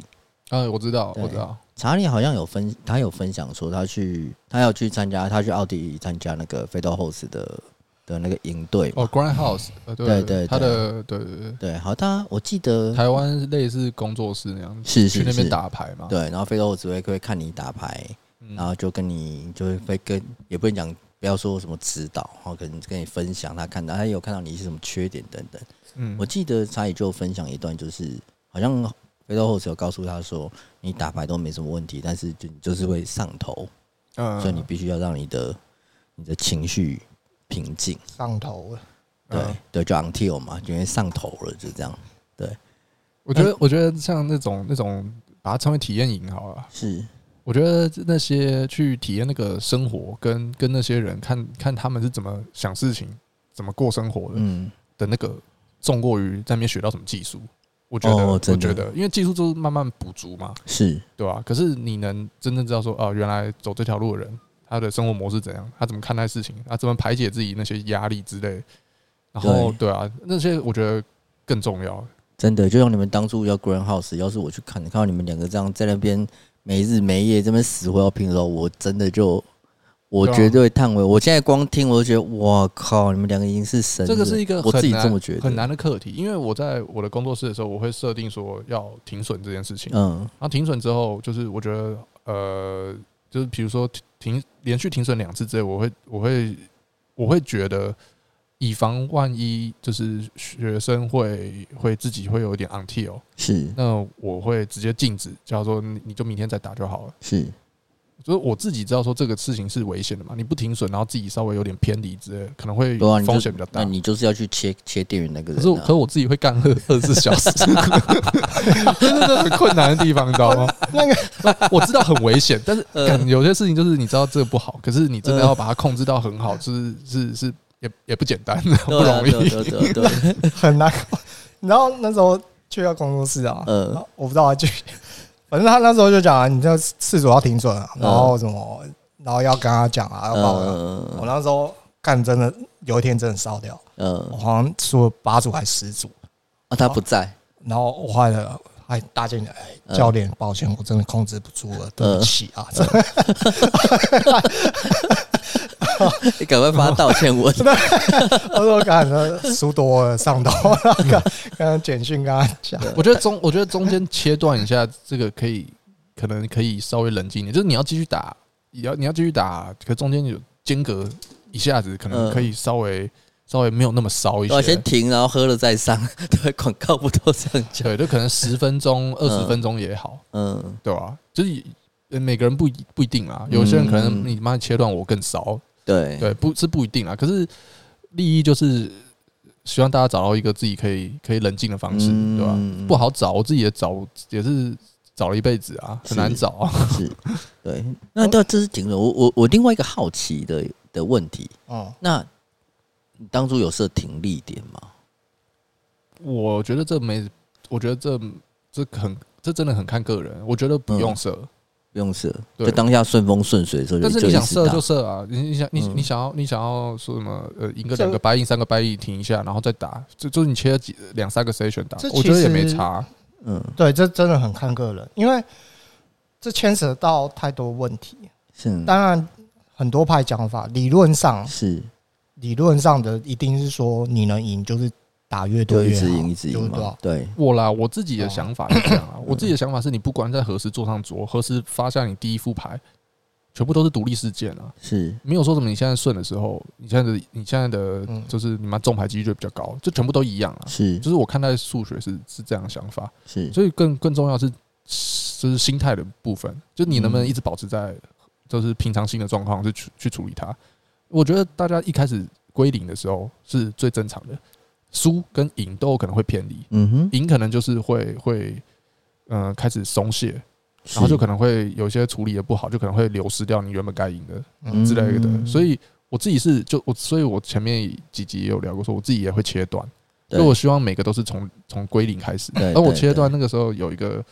S2: 啊，我知道，
S1: 对
S2: 我知道，
S1: 查理好像有分，他有分享说他去，他要去参加，他去奥地利参加那个 Fedor h o s 的的那个营队嘛。
S2: 哦，Grand House，呃，
S1: 对
S2: 对
S1: 对
S2: 他的对对对，
S1: 对，好，他我记得
S2: 台湾类似工作室那样，
S1: 是
S2: 去
S1: 是
S2: 那边
S1: 是，
S2: 打牌嘛，
S1: 对，然后 Fedor h o s 会会看你打牌，
S2: 嗯，
S1: 然后就跟你就会会跟，也不能讲不要说什么指导，然后可能跟你分享他看到他有看到你是什么缺点等等。
S2: 嗯
S1: 我记得查理就分享一段，就是好像 Fedor h o s 有告诉他说，你打牌都没什么问题，但是就你就是会上头。
S2: 嗯
S1: 所以你必须要让你的你的情绪平静，
S3: 上头了，
S1: 对、
S2: 嗯
S1: 对，就 until 嘛，就因为上头了，就这样，
S2: 我
S1: 哎
S2: 觉得，我觉得像那种那种，把它称为体验营好了。
S1: 是
S2: 我觉得那些去体验那个生活，跟跟那些人看看他们是怎么想事情、怎么过生活的、
S1: 嗯，
S2: 的那个，重过于在那边学到什么技术。我觉得，
S1: 哦
S2: 我
S1: 真的
S2: 觉得，因为技术就是慢慢补足嘛，
S1: 是
S2: 对吧、可是你能真正知道说，哦、原来走这条路的人，他的生活模式怎样，他怎么看待事情，他怎么排解自己那些压力之类。然后，对啊，那些我觉得更重要。
S1: 真的，就像你们当初要 Grand House，要是我去看，看到你们两个这样在那边没日没夜这边死活要拼的时候，我真的就。我
S2: 对啊
S1: 绝对会叹为，我现在光听我就觉得，哇靠！你们两个已经是神了，
S2: 这个是一个
S1: 我自己
S2: 很难
S1: 这么觉得，
S2: 很。难的课题，因为我在我的工作室的时候，我会设定说要停损这件事情。
S1: 嗯，
S2: 然后停损之后，就是我觉得呃，就是比如说停连续停损两次之类，我会我会我会觉得，以防万一，就是学生会会自己会有一点 until，
S1: 是
S2: 那我会直接禁止，叫做你你就明天再打就好了。
S1: 是，
S2: 就是我自己知道说这个事情是危险的嘛，你不停损，然后自己稍微有点偏离之类的，可能会
S1: 对啊，你就
S2: 风险比较大。
S1: 那你就是要去切切店员那个人、
S2: 可
S1: 啊。
S2: 是我，可是我自己会干二二十四小
S1: [laughs]
S2: 时，真的是很困难的地方，你知
S1: [laughs]
S2: 道吗？
S3: 那个
S2: 我知道很危险，但是
S1: 呃
S2: 干有些事情就是你知道这个不好，可是你真的
S1: 嗯
S2: 要把它控制到很好，就是是是也也不简单，不
S1: 对啊
S2: 容易。
S1: 对啊对啊
S2: [laughs]
S1: 对啊对啊
S3: 很难。 [laughs] 然后那时候去到工作室啊，
S1: 嗯
S3: 然后我不知道他去， [laughs] 反正他那时候就讲啊，你这次主要停准啊，
S1: 嗯
S3: 然后什么，然后要跟他讲啊，要报了。我
S1: 嗯
S3: 那时候干真的有一天真的烧掉，我
S1: 嗯，
S3: 好像输了八组还是十组，
S1: 啊，他不在，
S3: 然后我坏了。还搭进来，哎
S1: 嗯
S3: 教练，抱歉，我真的控制不住了，对不起啊！ [laughs] 真的
S1: 你赶快发道歉
S2: [laughs]
S1: 文。
S3: 我说感觉输多了，上头， [laughs] 然后刚刚简讯跟他讲，
S1: 啊
S2: [laughs] 我觉得中我觉得中间切断一下，这个可以可能可以稍微冷静一点，就是你要继续打，也要你要继续打，可中间有间隔一下子，可能
S1: 嗯
S2: 可以稍微稍微没有那么烧一
S1: 我
S2: 些
S1: 先。停，然后喝了再上。 [laughs] 对，广告不都这样讲？
S2: 对，就可能十分钟、二十
S1: 嗯
S2: 分钟也好，
S1: 嗯，
S2: 对吧、就是呃每个人不一不一定啊，有些人可
S1: 嗯
S2: 能你妈切断我更少，
S1: 对，
S2: 对，不是不一定啊。可是利益就是希望大家找到一个自己可以可以冷静的方式，对吧、
S1: 嗯
S2: 不好找，我自己也找，也是找了一辈子啊，
S1: 是
S2: 很难找啊。
S1: 是，对。那到这是停了。我我我另外一个好奇的的问题，
S3: 嗯，
S1: 那你当初有设停利点吗？
S2: 我觉得这没，我觉得这这很这真的很看个人，我觉得不用
S1: 嗯
S2: 设。
S1: 不用设，
S2: 对
S1: 就当下顺风顺水的时候就，
S2: 但是
S1: 就
S2: 你
S1: 一
S2: 想
S1: 直
S2: 设
S1: 打
S2: 就设啊，你你想你
S1: 嗯
S2: 你想要你想要说什么？呃，赢个
S3: 这
S2: 两个白印，三个白印，停一下，然后再打，就就是你切了几两三个 session 打
S3: 这，
S2: 我觉得
S3: 其
S2: 也
S3: 实
S2: 没差。
S1: 嗯，
S3: 对，这真的很看个人，因为这牵扯到太多问题。
S1: 是
S3: 当然，很多派讲法，理论上
S1: 是
S3: 理论上的一定是说你能赢就是打越多
S1: 就一
S3: 越好，
S1: 直赢一直
S3: 就是
S1: 赢
S3: 对
S1: 嘛
S3: 吧，
S1: 对，
S2: 我啦，我自己
S1: 哦
S2: 的想法是
S1: [laughs]
S2: 这样啊，我自己的想法是你不管在何时坐上桌，何时发下你第一副牌，全部都是独立事件啊，
S1: 是
S2: 没有说什么你现在顺的时候，你现在的你现在的
S3: 嗯
S2: 就是你妈中牌几率就比较高，就全部都一样啊。
S1: 是
S2: 就是我看待数学是是这样的想法，
S1: 是
S2: 所以更更重要的是就是心态的部分，就你
S1: 嗯
S2: 能不能一直保持在就是平常心的状况去处去处理它。我觉得大家一开始归零的时候是最正常的，输跟赢都有可能会偏离，
S1: 嗯哼，
S2: 赢可能就是会会嗯、呃开始松懈，
S1: 然
S2: 然后就可能会有些处理的不好，就可能会流失掉你原本该赢的
S3: 嗯？
S2: 之类的。
S1: 嗯
S2: 所以我自己是就我，所以我前面几集也有聊过，说我自己也会切断。
S1: 对
S2: 所以我希望每个都是从从归零开始。
S1: 对
S2: 而我
S1: 哎对
S2: 切断那个时候有一个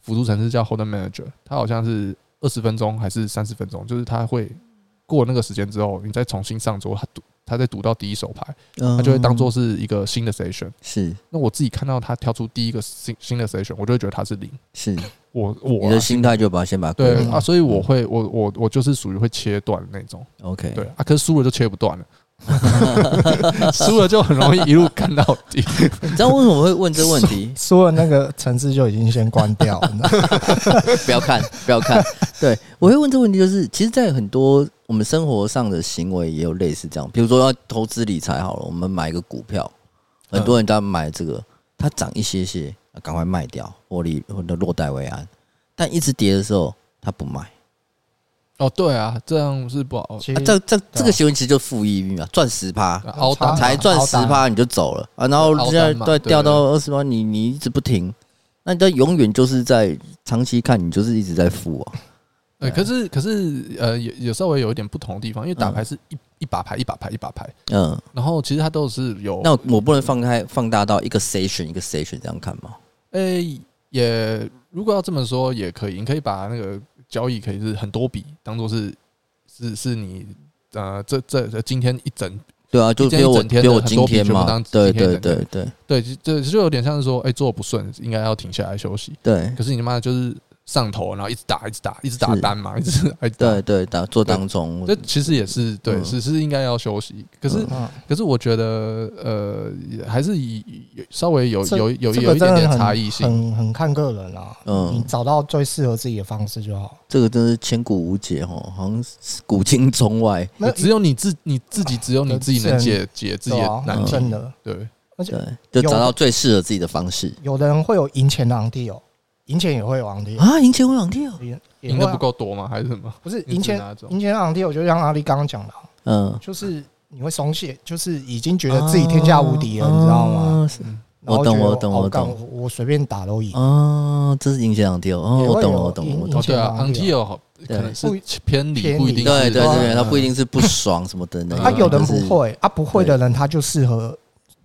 S2: 辅助程式叫 Holder Manager，它好像是二十分钟还是三十分钟，就是它会过那个时间之后，你再重新上桌，它读它再读到第一手牌，它
S1: 他
S2: 就会当做是一个新的 session。
S1: 嗯是
S2: 那我自己看到它跳出第一个新新的 session，我就会觉得它是零。
S1: 是
S2: 我我
S1: 你
S2: 啊、
S1: 的嗯心态就把先把它
S2: 对
S1: 归零
S2: 啊，所以我会我我我就是属于会切断的那种。
S1: OK
S2: 对啊，可是输了就切
S1: [laughs]
S2: 不断了，输了就很容易一路干到底。
S1: 你知道为什么会问这问
S2: [laughs]
S1: 题 [laughs]
S3: 输了那个层次就已经先关掉，你知道吗
S1: 不要看，不要看。对，我会问这个问题，就是其实，在很多我们生活上的行为也有类似这样，比如说要投资理财好了，我们买一个股票，
S2: 嗯
S1: 很多人都要买这个，它涨一些些，啊赶快卖掉，获利或者落袋为安。但一直跌的时候，他不卖，
S2: 哦，对啊，这样是不好。
S3: 其
S1: 啊、
S3: 实
S1: 这这这个行为其实就负一嘛，赚十趴，
S2: 啊凹单
S3: 啊
S1: 才赚
S3: 凹
S1: 十
S3: 单
S1: 趴你就走了啊，然后
S2: 凹
S1: 现在
S2: 单嘛
S1: 对
S2: 对
S1: 掉到二十趴，你你一直不停，那你就永远就是在长期看，你就是一直在负啊。
S2: 对，
S1: 对
S2: 可是可是呃，也也稍微有一点不同的地方，因为打
S1: 嗯
S2: 牌是一一把牌一把牌一把牌，
S1: 嗯，
S2: 然后其实它都是有
S1: 那我不能放开放大到一个 station 一个 station 这样看吗？
S2: 诶也如果要这么说也可以，你可以把那个交易可以是很多笔当做是是是你呃这这这今天一整
S1: 对啊，就
S2: 今天
S1: 给我
S2: 一整天
S1: 给
S2: 的
S1: 我
S2: 很
S1: 今
S2: 多笔
S1: 天
S2: 全部
S1: 嘛
S2: 当，
S1: 对
S2: 今天一
S1: 对
S2: 整天
S1: 对对
S2: 对这就有点像是说哎、做不顺应该要停下来休息，
S1: 对
S2: 可是你他妈就是上头，然后一直打一直打一直打
S1: 是
S2: 单嘛，一直打一直打
S1: 对对，打做当中，
S2: 这其实也是对，
S1: 嗯
S2: 是是应该要休息。可是
S3: 嗯
S2: 可是我觉得呃，也还是以以稍微有
S3: 这
S2: 有有
S3: 这
S2: 有
S3: 个
S2: 一
S3: 真
S2: 点
S3: 的
S2: 点
S3: 很
S2: 差异性。
S3: 很很看个人啊。你
S1: 嗯，
S3: 找到最适合自己的方式就好。
S1: 这个真是千古无解哦，好像是古今中外，
S3: 那
S2: 只有你自你自己，只有你自己能解解自己
S3: 对
S2: 的
S3: 啊
S2: 难题。
S3: 真的，
S2: 对，
S1: 对，就找
S3: 有
S1: 到最适合自己的方式
S3: 有的人会有赢钱的昂蒂哦，赢钱也会有昂蒂，
S1: [laughs] 啊，赢钱我两跳，
S3: 也也
S2: 赢
S3: 会
S2: 的
S3: 啊
S2: 不，够多吗？还是什么？
S3: 不是
S2: 你
S3: 赢
S2: 只
S3: 钱
S2: 拿走
S3: 赢钱的昂蒂，我就像阿力刚刚讲的啊，
S1: 嗯，
S3: 就是你会松懈，就是已经觉得自己天下无敌了，你知道吗？
S1: 啊？
S2: 嗯
S3: 然后
S1: 我懂
S3: 觉得
S1: 我懂
S3: 哦
S1: 我
S3: 干
S1: 懂
S3: 我我随便打都赢。
S1: 哦，这是影响掉哦，
S3: 也
S1: 我
S3: 会
S1: 懂
S3: 有
S1: 了，我懂了，
S3: 影
S1: 我懂
S2: 哦，
S1: 了。
S2: 对啊
S3: 影响
S2: ，anti 哦，可能是
S3: 不
S2: 偏离，
S3: 偏
S2: 不一
S3: 离
S2: 定
S1: 对
S2: 是。
S1: 对
S3: 啊
S1: 对，他
S3: 嗯
S1: 不一定是不爽什么等等。
S2: 嗯
S3: 啊，有的人
S1: 就是
S3: 不会啊，不会的人他就适合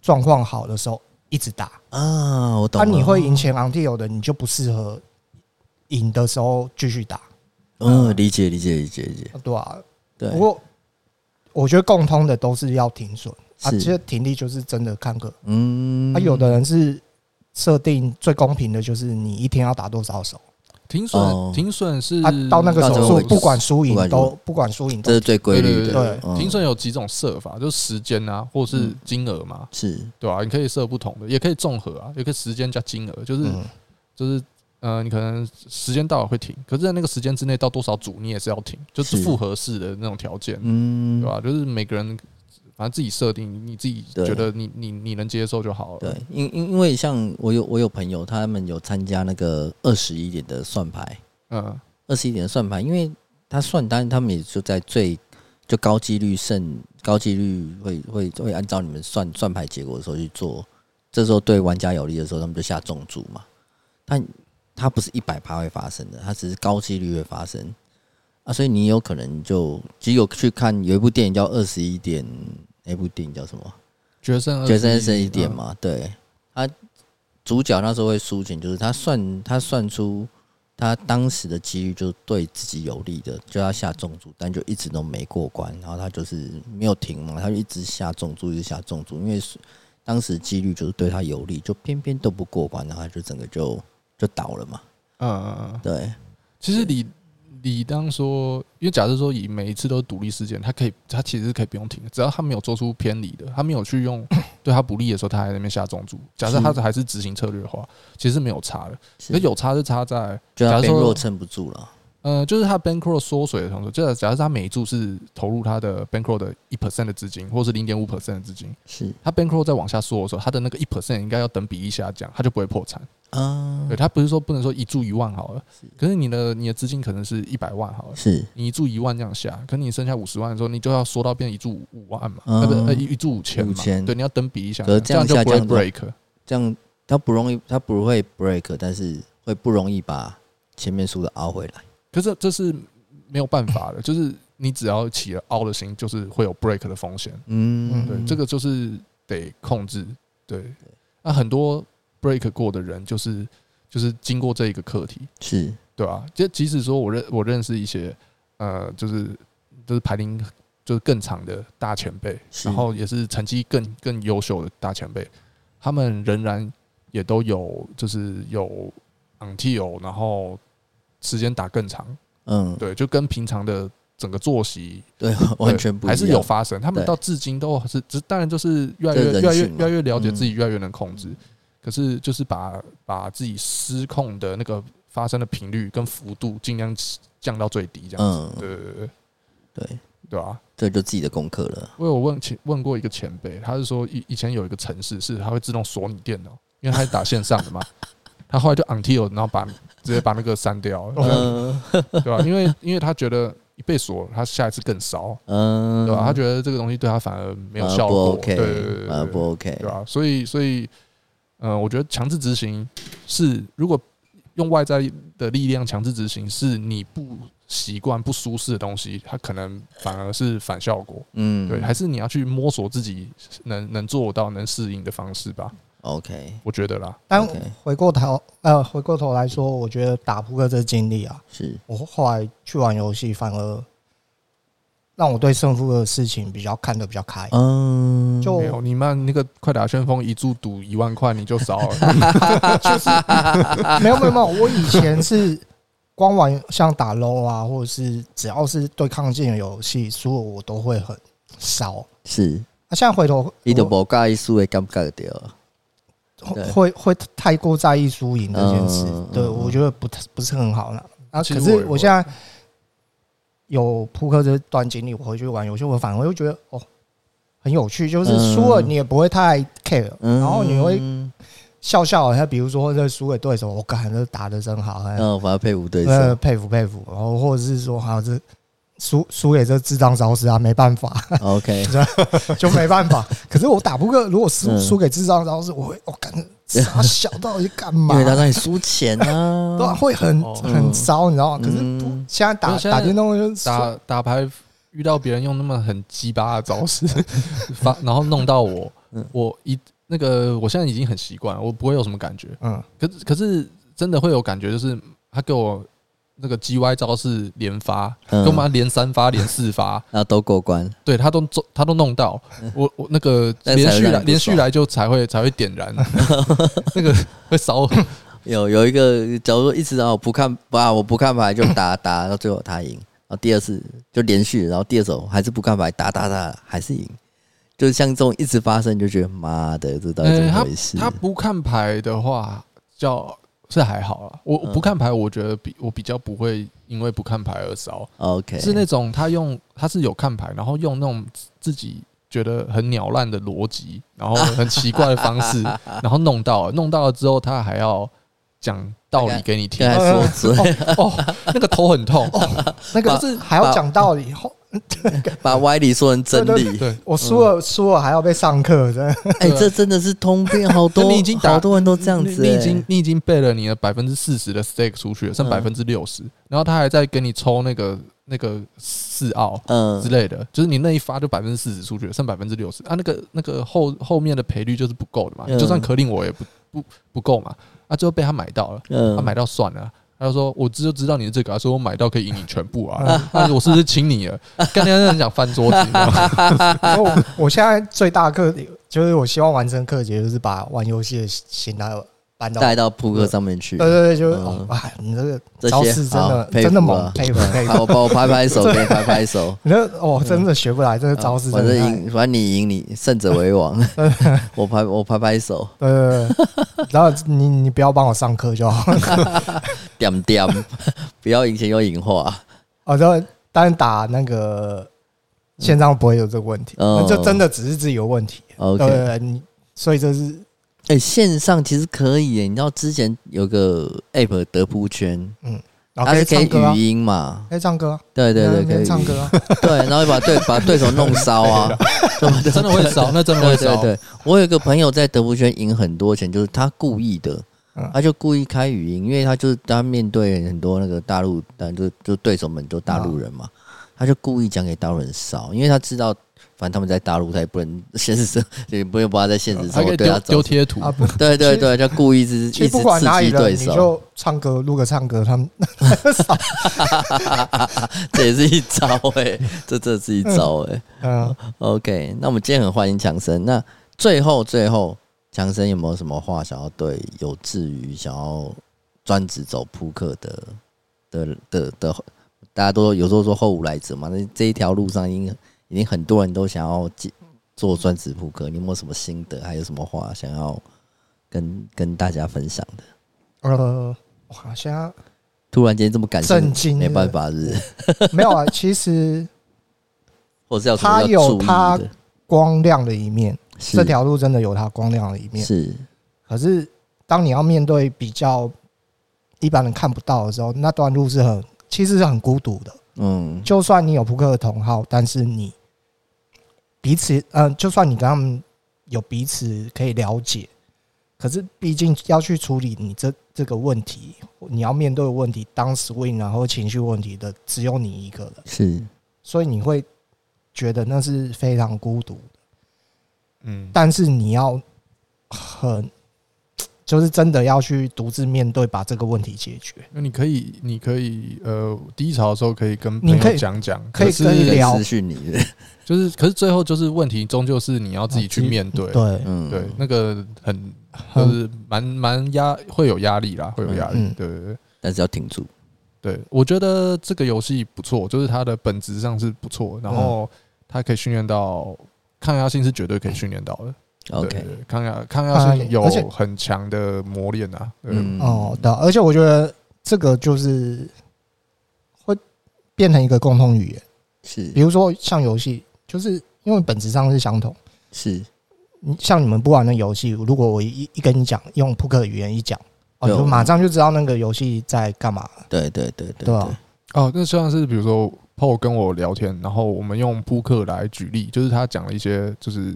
S3: 状况好的时候一直打。
S1: 啊，我懂
S3: 啊，
S1: 了。
S3: 你会赢钱昂蒂有的，你就不适合赢的时候继续打，
S1: 嗯，理解理解理解理解。
S3: 对啊。
S1: 对，
S3: 不过我觉得共通的都是要停损啊，
S1: 是
S3: 其实停利就是真的看个。
S1: 嗯
S3: 啊，有的人是设定最公平的，就是你一天要打多少手
S2: 停
S1: 哦
S2: 损，停损是
S3: 啊，到那个
S1: 嗯到
S3: 手
S1: 这个位
S3: 数
S1: 置
S3: 不管输
S1: 不管
S3: 赢
S1: 输
S3: 都不管输赢
S1: 这
S3: 都
S1: 是最规
S2: 对对
S1: 律
S2: 对
S1: 的。
S2: 对
S3: 对，
S1: 嗯
S2: 停损有几种设法，就是时间啊，或是金额嘛，
S1: 是
S2: 对吧？你可以设不同的，也可以综合啊，也可以时间加金额，就是
S3: 嗯
S2: 就是呃，你可能时间到了会停，可是在那个时间之内到多少组你也是要停，就是
S1: 是
S2: 复合式的那种条件，
S1: 嗯
S2: 对，吧？就是每个人反正自己设定，你自己
S1: 对
S2: 觉得你你你能接受就好了。
S1: 对，因因因为像我有我有朋友，他们有参加那个二十一点的算牌，
S2: 嗯，
S1: 二十一点的算牌，因为他算单，他们也就在最就高几率胜高几率会会会按照你们算算牌结果的时候去做，这时候对玩家有利的时候，他们就下重注嘛。但它不是一百趴会发生的，它只是高几率会发生啊，所以你有可能就其实有去看有一部电影叫《二十一点》，那部电影叫什么？
S2: 决胜
S1: 决胜是一点
S2: 嘛。
S1: 嘛，对，他主角那时候会输钱，就是他算他算出他当时的几率就是对自己有利的，就要下重注，但就一直都没过关，然后他就是没有停嘛，他就一直下重注，一直下重注，因为是当时几率就是对他有利，就偏偏都不过关，然后他就整个就就倒了嘛，
S2: 嗯嗯嗯，
S1: 对，
S2: 其实理理当说，因为假设说以每一次都是独立事件，他可以，他其实是可以不用停的，只要他没有做出偏离的，他没有去用对他不利的时候，他还在那边下重注。假设他
S1: 是
S2: 还是执行策略的话，其实是没有差的。
S1: 是
S2: 可有差是差在，
S1: 就
S2: 假
S1: 他
S2: 如
S1: 边
S2: 说
S1: 弱撑不住了，
S2: 呃，就是他 bankroll 缩水的同时，就是假设他每一注是投入他的 bankroll 的一 percent 的资金，或是零点五 percent 的资金，
S1: 是
S2: 他 bankroll 在往下缩的时候，他的那个一 percent 应该要等比例下降，他就不会破产。
S1: 啊
S2: 对，，他不是说不能说一注一万好了，可是你的你的资金可能是一百万好了。
S1: 是
S2: 你一注一万这样下，可你剩下五十万的时候，你就要缩到变一注五万嘛，
S1: 嗯
S2: 呃不呃一一注五千嘛，
S1: 5000
S2: 对，你要等比一下，
S1: 可是这
S2: 这
S1: 样
S2: 就不会
S1: 下降的
S2: break，
S1: 这样，他不容易，他不会 break，但是会不容易把前面输的熬回来。
S2: 可是这是没有办法的，就是你只要起了凹的心，就是会有 break 的风险，
S1: 嗯，
S2: 对，
S3: 嗯
S2: 这个就是得控制，对，那很多 break 过的人就是就是经过这一个课题，
S1: 是
S2: 对啊，就即使说我认我认识一些呃，就是就是排龄就是更长的大前辈，
S1: 是
S2: 然后也是成绩更更优秀的大前辈，他们仍然也都有就是有 until，然后时间打更长，
S1: 嗯，
S2: 对，就跟平常的整个作息
S1: 对，完全不一
S2: 还
S1: 样
S2: 是有发生。他们
S1: 对
S2: 到至今都是，只当然就是越来
S1: 这
S2: 越
S1: 人
S2: 越来越
S1: 性嘛
S2: 越来越了解
S1: 嗯
S2: 自己，越来越能控制。可是就是把把自己失控的那个发生的频率跟幅度尽量降到最低，这样子。
S1: 嗯
S2: 对对对对
S1: 对，
S2: 对啊！
S1: 这就自己的功课了。
S2: 我有问前问过一个前辈，他是说以以前有一个城市是它会自动锁你电脑，因为它是打线上
S1: [laughs]
S2: 的嘛。他后来就 until，然后把直接把那个删掉了，
S1: [laughs] 嗯
S2: 哦对吧、因为因为他觉得一被锁，他下一次更烧，
S1: 嗯，
S2: 对吧、啊他觉得这个东西对他反而没有
S1: 反而
S2: 效
S1: 不
S2: 果，
S1: OK，
S2: 对对对对
S1: 反而
S2: 对
S1: 不 OK，
S2: 对啊，所以所以，呃，我觉得强制执行是如果用外在的力量强制执行，是你不习惯、不舒适的东西，它可能反而是反效果。
S1: 嗯，
S2: 对，还是你要去摸索自己能能做到、能适应的方式吧，
S1: OK，
S2: 我觉得啦。
S3: 但
S1: OK
S3: 回过头呃，回过头来说，我觉得打扑克这个经历啊，
S1: 是
S3: 我后来去玩游戏，反而让我对胜负的事情比较看得比较
S2: 哎
S3: 开。
S1: 嗯，
S3: 就
S2: 没有，你们那个快打旋风一注赌一万块，你就少了。
S3: 没有没有没有，我以前是光玩像打 LO 啊，或者是只要是对抗性的游戏，输了我都会很烧。
S1: 是
S3: 那、现在回头
S1: 你都
S3: 我
S1: 无介意输的感觉掉，
S3: 会
S1: 对
S3: 会会太过在意输赢这件事，
S1: 嗯
S3: 对
S1: 嗯
S3: 我觉得不太不是很好啦。啊，
S2: 其
S3: 可
S2: 实
S3: 是
S2: 我
S3: 我现在有扑克这段哦经历，我回去玩游戏，我反而会觉得哦很有趣，就是输了
S1: 嗯
S3: 你也不会太 care，、
S1: 嗯，
S3: 然后你会
S1: 嗯，
S3: 笑笑。像比如说这输给对手，我感觉打的真好，哎、
S1: 哦反而佩服嗯对
S3: 呃
S2: 哎
S1: 手，
S3: 佩服佩服。然后或者是说，好、这输输给这智障招式啊，没办法。 [laughs]
S2: [laughs]
S1: OK，
S3: 就没
S1: [laughs]
S3: 办法。可是我打扑克，如果输
S1: 嗯
S3: 输给智障，然后是我会，我
S1: [laughs]
S3: 感觉傻小到底干嘛
S1: 因？为他让你输钱
S2: [laughs]
S1: 啊，
S3: 对啊，会很
S2: 哦
S3: 很糟，你知道吗？可是
S1: 嗯
S3: 不现在打
S2: 因为现在
S3: 打电动就是
S2: 打打牌遇到别人用那么很鸡巴的
S1: [laughs]
S2: 招式，发然后弄到我
S1: 嗯，
S2: 我一那个我现在已经很习惯了，我不会有什么感觉。
S3: 嗯，
S2: 可是可是真的会有感觉，就是他给我那个 G Y 招式连发，
S1: 嗯
S2: 给我妈连三发连
S1: [laughs]
S2: 四发，
S1: 然后啊都过关，
S2: 对他都做他都弄到我我那个
S1: 嗯那才
S2: 连
S1: 会
S2: 续
S1: 让你
S2: 来
S1: 不
S2: 连续
S1: 爽
S2: 来就才会才会点
S1: [laughs]
S2: 燃，那个会烧
S1: 有有一个，假如说一直然后不看不啊，我不看牌就打打到最后他赢，然后第二次就连续，然后第二手还是不看牌打打打还是赢，就是像这种一直发生，你就觉得妈的，这到底怎
S2: 欸
S1: 么
S2: 他
S1: 回事？
S2: 他不看牌的话，叫是还好啦。我我不
S1: 嗯
S2: 看牌，我觉得比我比较不会因为不看牌而烧，
S1: 哦 OK
S2: 是那种他用他是有看牌，然后用那种自己。觉得很鸟烂的逻辑，然后很奇怪的方
S1: [laughs]
S2: 式，然后弄到了，弄到了之后，他还要讲道理
S1: [laughs]
S2: 给你听
S1: 刚才，说嘴， [laughs]
S2: 哦，那个头很痛，
S3: 那个
S2: 就是
S3: 还要讲道理，后
S1: 把歪理说成真理。
S2: [laughs] 对，
S3: 我输
S1: 嗯
S3: 了输了还要被上课，真的
S1: 哎、这真的是通病，好多
S2: [laughs] 你已经打
S1: 好多人都这样
S2: 你
S1: 子、
S2: 你
S1: 欸，
S2: 已经你已经背了你的百分之四十的 stake 出去了，剩
S1: 嗯
S2: 百分之六十，然后他还在给你抽那个那个四澳
S1: 嗯
S2: 之类的，就是你那一发就百分之四十出去了，剩百分之六十啊，那个那个后后面的赔率就是不够的嘛，
S1: 嗯
S2: 你就算可令我也不不不够嘛，啊，最后被他买到了，他、
S1: 嗯，
S2: 买到算了。他就说：“我知就知道你是这个、啊，所以我买到可以赢你全部啊！那、我是不是请你了？刚才很想翻桌子，你知道吗
S3: 然后我我现在最大的课就是我希望完成课节，就是把玩游戏的心态搬
S1: [laughs]
S3: 到。
S1: 带到扑克上面
S2: [laughs]
S1: 去，
S3: 对对对，就是
S1: 嗯
S3: 哦哎，你这
S1: 这些
S3: 个招式真
S1: 好
S3: 的
S1: 佩服
S3: 真的
S1: 啊
S3: 猛，佩服
S1: [laughs]
S3: 佩服！
S1: 好，我帮我拍拍手，给你拍拍手。
S3: 你这哦，真
S1: 嗯
S3: 的学不来，这个招式
S1: 反
S3: 真
S1: 正
S3: 的太。
S1: 啊赢，反正你赢你，胜者为
S3: [laughs]
S1: 王。我拍我拍拍手，
S3: 对对对，对 [laughs] 然后你你不要帮我上课就好。
S1: 点点， [laughs] 不要赢钱又赢话。
S3: 哦，然后当然打那个线上不会有这个问题，
S1: 嗯哦
S3: 那就真的只是自己有问题。
S1: OK，
S3: 对对对，你所以这是
S1: 哎、线上其实可以耶，你知道之前有个 App 德扑圈，
S3: 然后
S1: 它
S3: 可
S1: 是
S3: 以
S1: 可
S3: 唱
S1: 以
S3: 歌啊
S1: 语，音嘛？
S3: 可以唱歌啊，
S1: 对对对，
S3: 可
S1: 可以
S3: 以唱歌
S1: [laughs]
S3: 啊。
S1: 对，然后把对把对手弄烧
S3: [laughs]
S1: 啊，
S2: 真的会少，那真的会
S1: 对对
S2: 少。
S1: 对，我有一个朋友在德福圈赢很多钱，就是他故意的
S3: 嗯，
S1: 他就故意开语音，因为他就是他面对很多那个大陆，但就就对手们都大陆人嘛，他就故意讲给大陆人少，因为他知道。反正他们在大陆，他也不能现实生，也不用把他在现实
S2: 嗯还
S1: 生
S2: 可
S1: 活
S2: 以
S1: 对
S2: 丢
S1: 他
S2: 丢
S1: 走。
S2: 贴图，
S3: 啊不
S1: 对对
S3: 其实
S1: 对，他故意一直
S3: 其
S1: 一直
S3: 实不管
S1: 刺
S3: 哪里
S1: 激
S3: 人，
S1: 对
S3: 你
S1: 手，
S3: 就唱歌，录个唱歌，他们
S1: [laughs] 这也是一招哎、这这是一招哎、
S3: 嗯，
S1: OK，那我们今天很欢迎强生。那最后最后，强生有没有什么话想要对有志于想要专职走扑克的的的的，大家都有时候说后无来者嘛？那这一条路上已经已经很多人都想要进做专职扑克，你有没有什么心得？还有什么话想要跟跟大家分享的？
S3: 呃，哇，
S1: [laughs]
S3: 现在
S1: 突然间这么感性
S3: 震惊
S1: 没办法是不是，
S3: 没有啊。其实
S1: 或是要什么
S3: 他
S1: 要
S3: 有
S1: 注意
S3: 他
S1: 的？
S3: 光亮的一面，
S1: 是
S3: 这条路真的有它光亮的一面。
S1: 是
S3: 可是当你要面对比较一般人看不到的时候，那段路是很其实是很孤独的。
S1: 嗯
S3: 就算你有扑克的同好，但是你彼此，嗯、就算你跟他们有彼此可以了解，可是毕竟要去处理你这这个问题，你要面对的问题，当 swing 然后情绪问题的只有你一个人，
S1: 是
S3: 所以你会觉得那是非常孤独的。
S2: 嗯，
S3: 但是你要很，就是真的要去独自面对，把这个问题解决。
S2: 那你可以，你可以，呃，低潮的时候可以跟朋
S3: 你可
S2: 友
S3: 以
S2: 讲讲，
S3: 可以
S2: 是
S3: 跟
S1: 可以
S3: 聊
S1: 私讯你的，
S2: 就是，可是最后就是问题，终究是你要自己去面对。
S3: 对，啊
S1: 嗯，
S2: 对，那个很就
S3: 嗯
S2: 是蛮蛮压，会有压力啦，会有压力。
S3: 嗯
S2: 对对对
S1: 但是要挺住。
S2: 对，我觉得这个游戏不错，就是它的本质上是不错，然后它可以训练到抗压性是绝对可以训练到的。对
S1: OK，
S2: 对对抗压抗压性有
S3: 而且
S2: 很强的磨练啊。嗯，
S1: 嗯，
S3: 哦，对啊，而且我觉得这个就是会变成一个共同语言，
S1: 是
S3: 比如说像游戏，就是因为本质上是相同。
S1: 是，
S3: 你像你们不玩的游戏，如果我一一跟你讲用扑克语言一讲，哦，
S1: 对
S3: 你就
S1: 我
S3: 马上就知道那个游戏在干嘛了。
S1: 对对对对
S3: 对啊
S2: 哦，那像是比如说 Paul 跟我聊天，然后我们用扑克来举例，就是他讲了一些就是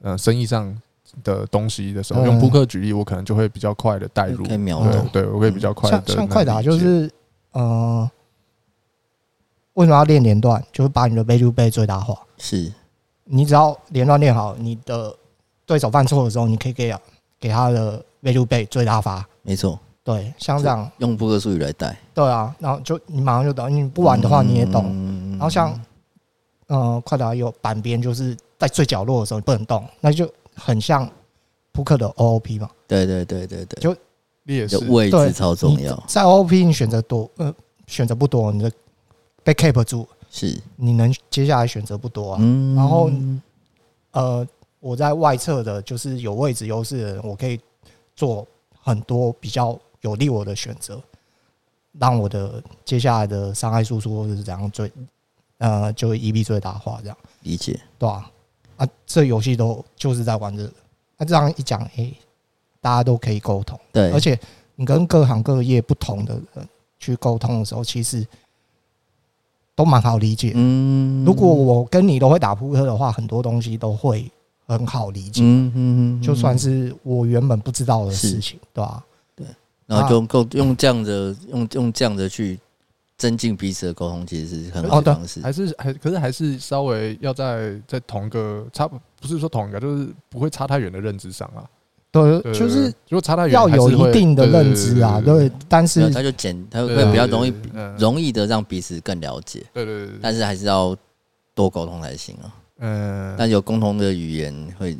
S2: 呃生意上的东西的时候，
S3: 嗯
S2: 用扑克举例，我可能就会比较快的带入
S1: 可以。秒
S3: 懂
S1: 懂。
S2: 对，对我会比较快的
S3: 嗯像像快打就
S2: 理解
S3: 是，呃，为什么要练连段？就是把你的背就背最大化。
S1: 是
S3: 你只要连段练好，你的对手犯错的时候，你可以给他给他的背就背最大发。
S1: 没错，
S3: 对，像这样，
S1: 用扑克术语来带，
S3: 对啊，然后就你马上就懂，你不玩的话你也懂。
S1: 嗯
S3: 然后像，呃，快打有板边，就是在最角落的时候你不能动，那就很像扑克的 OOP 嘛。
S1: 对对对对对，
S3: 就
S2: 劣势
S1: 就。位置
S3: 对
S1: 超重
S3: 你
S1: 要，
S3: 在 OOP 你选择多，呃，选择不多，你的被 keep 住，
S1: 是，
S3: 你能接下来选择不多啊。
S1: 嗯
S3: 然后呃，我在外侧的，就是有位置优势的人，我可以做很多比较有利我的选择，让我的接下来的伤害输出或者是怎样最，呃，就 EB 最大化这样。
S1: 理解，
S3: 对啊，啊，这游戏都就是在玩这个。那、这样一讲，诶，大家都可以沟通，
S1: 对，
S3: 而且你跟各行各业不同的人去沟通的时候，其实都蛮好理解。
S1: 嗯，
S3: 如果我跟你都会打扑克的话，很多东西都会很好理解，
S1: 嗯嗯嗯，
S3: 就算
S1: 嗯
S3: 是我原本不知道的事
S1: 是
S3: 情，对吧、
S1: 然后
S3: 啊
S1: 就够用这样的用用这样的去增进彼此的沟通，其实是很好
S3: 哦对
S1: 的方式。
S2: 还是还可是还是稍微要在在同一个差不不是说同一个，就是不会差太远的认知上啊。
S3: 对，
S2: 对
S3: 就是
S2: 如果差太远，
S3: 要
S2: 还是
S3: 有一
S2: 会
S3: 定的认知啊，
S2: 对
S3: 对。但
S1: 没有
S3: 是
S1: 他就简，他
S2: 对
S1: 会比较容易，
S2: 嗯
S1: 容易的让彼此更了解，
S2: 对对对对，
S1: 但是还是要多沟通才行啊。
S2: 嗯，
S1: 但有共同的语言会，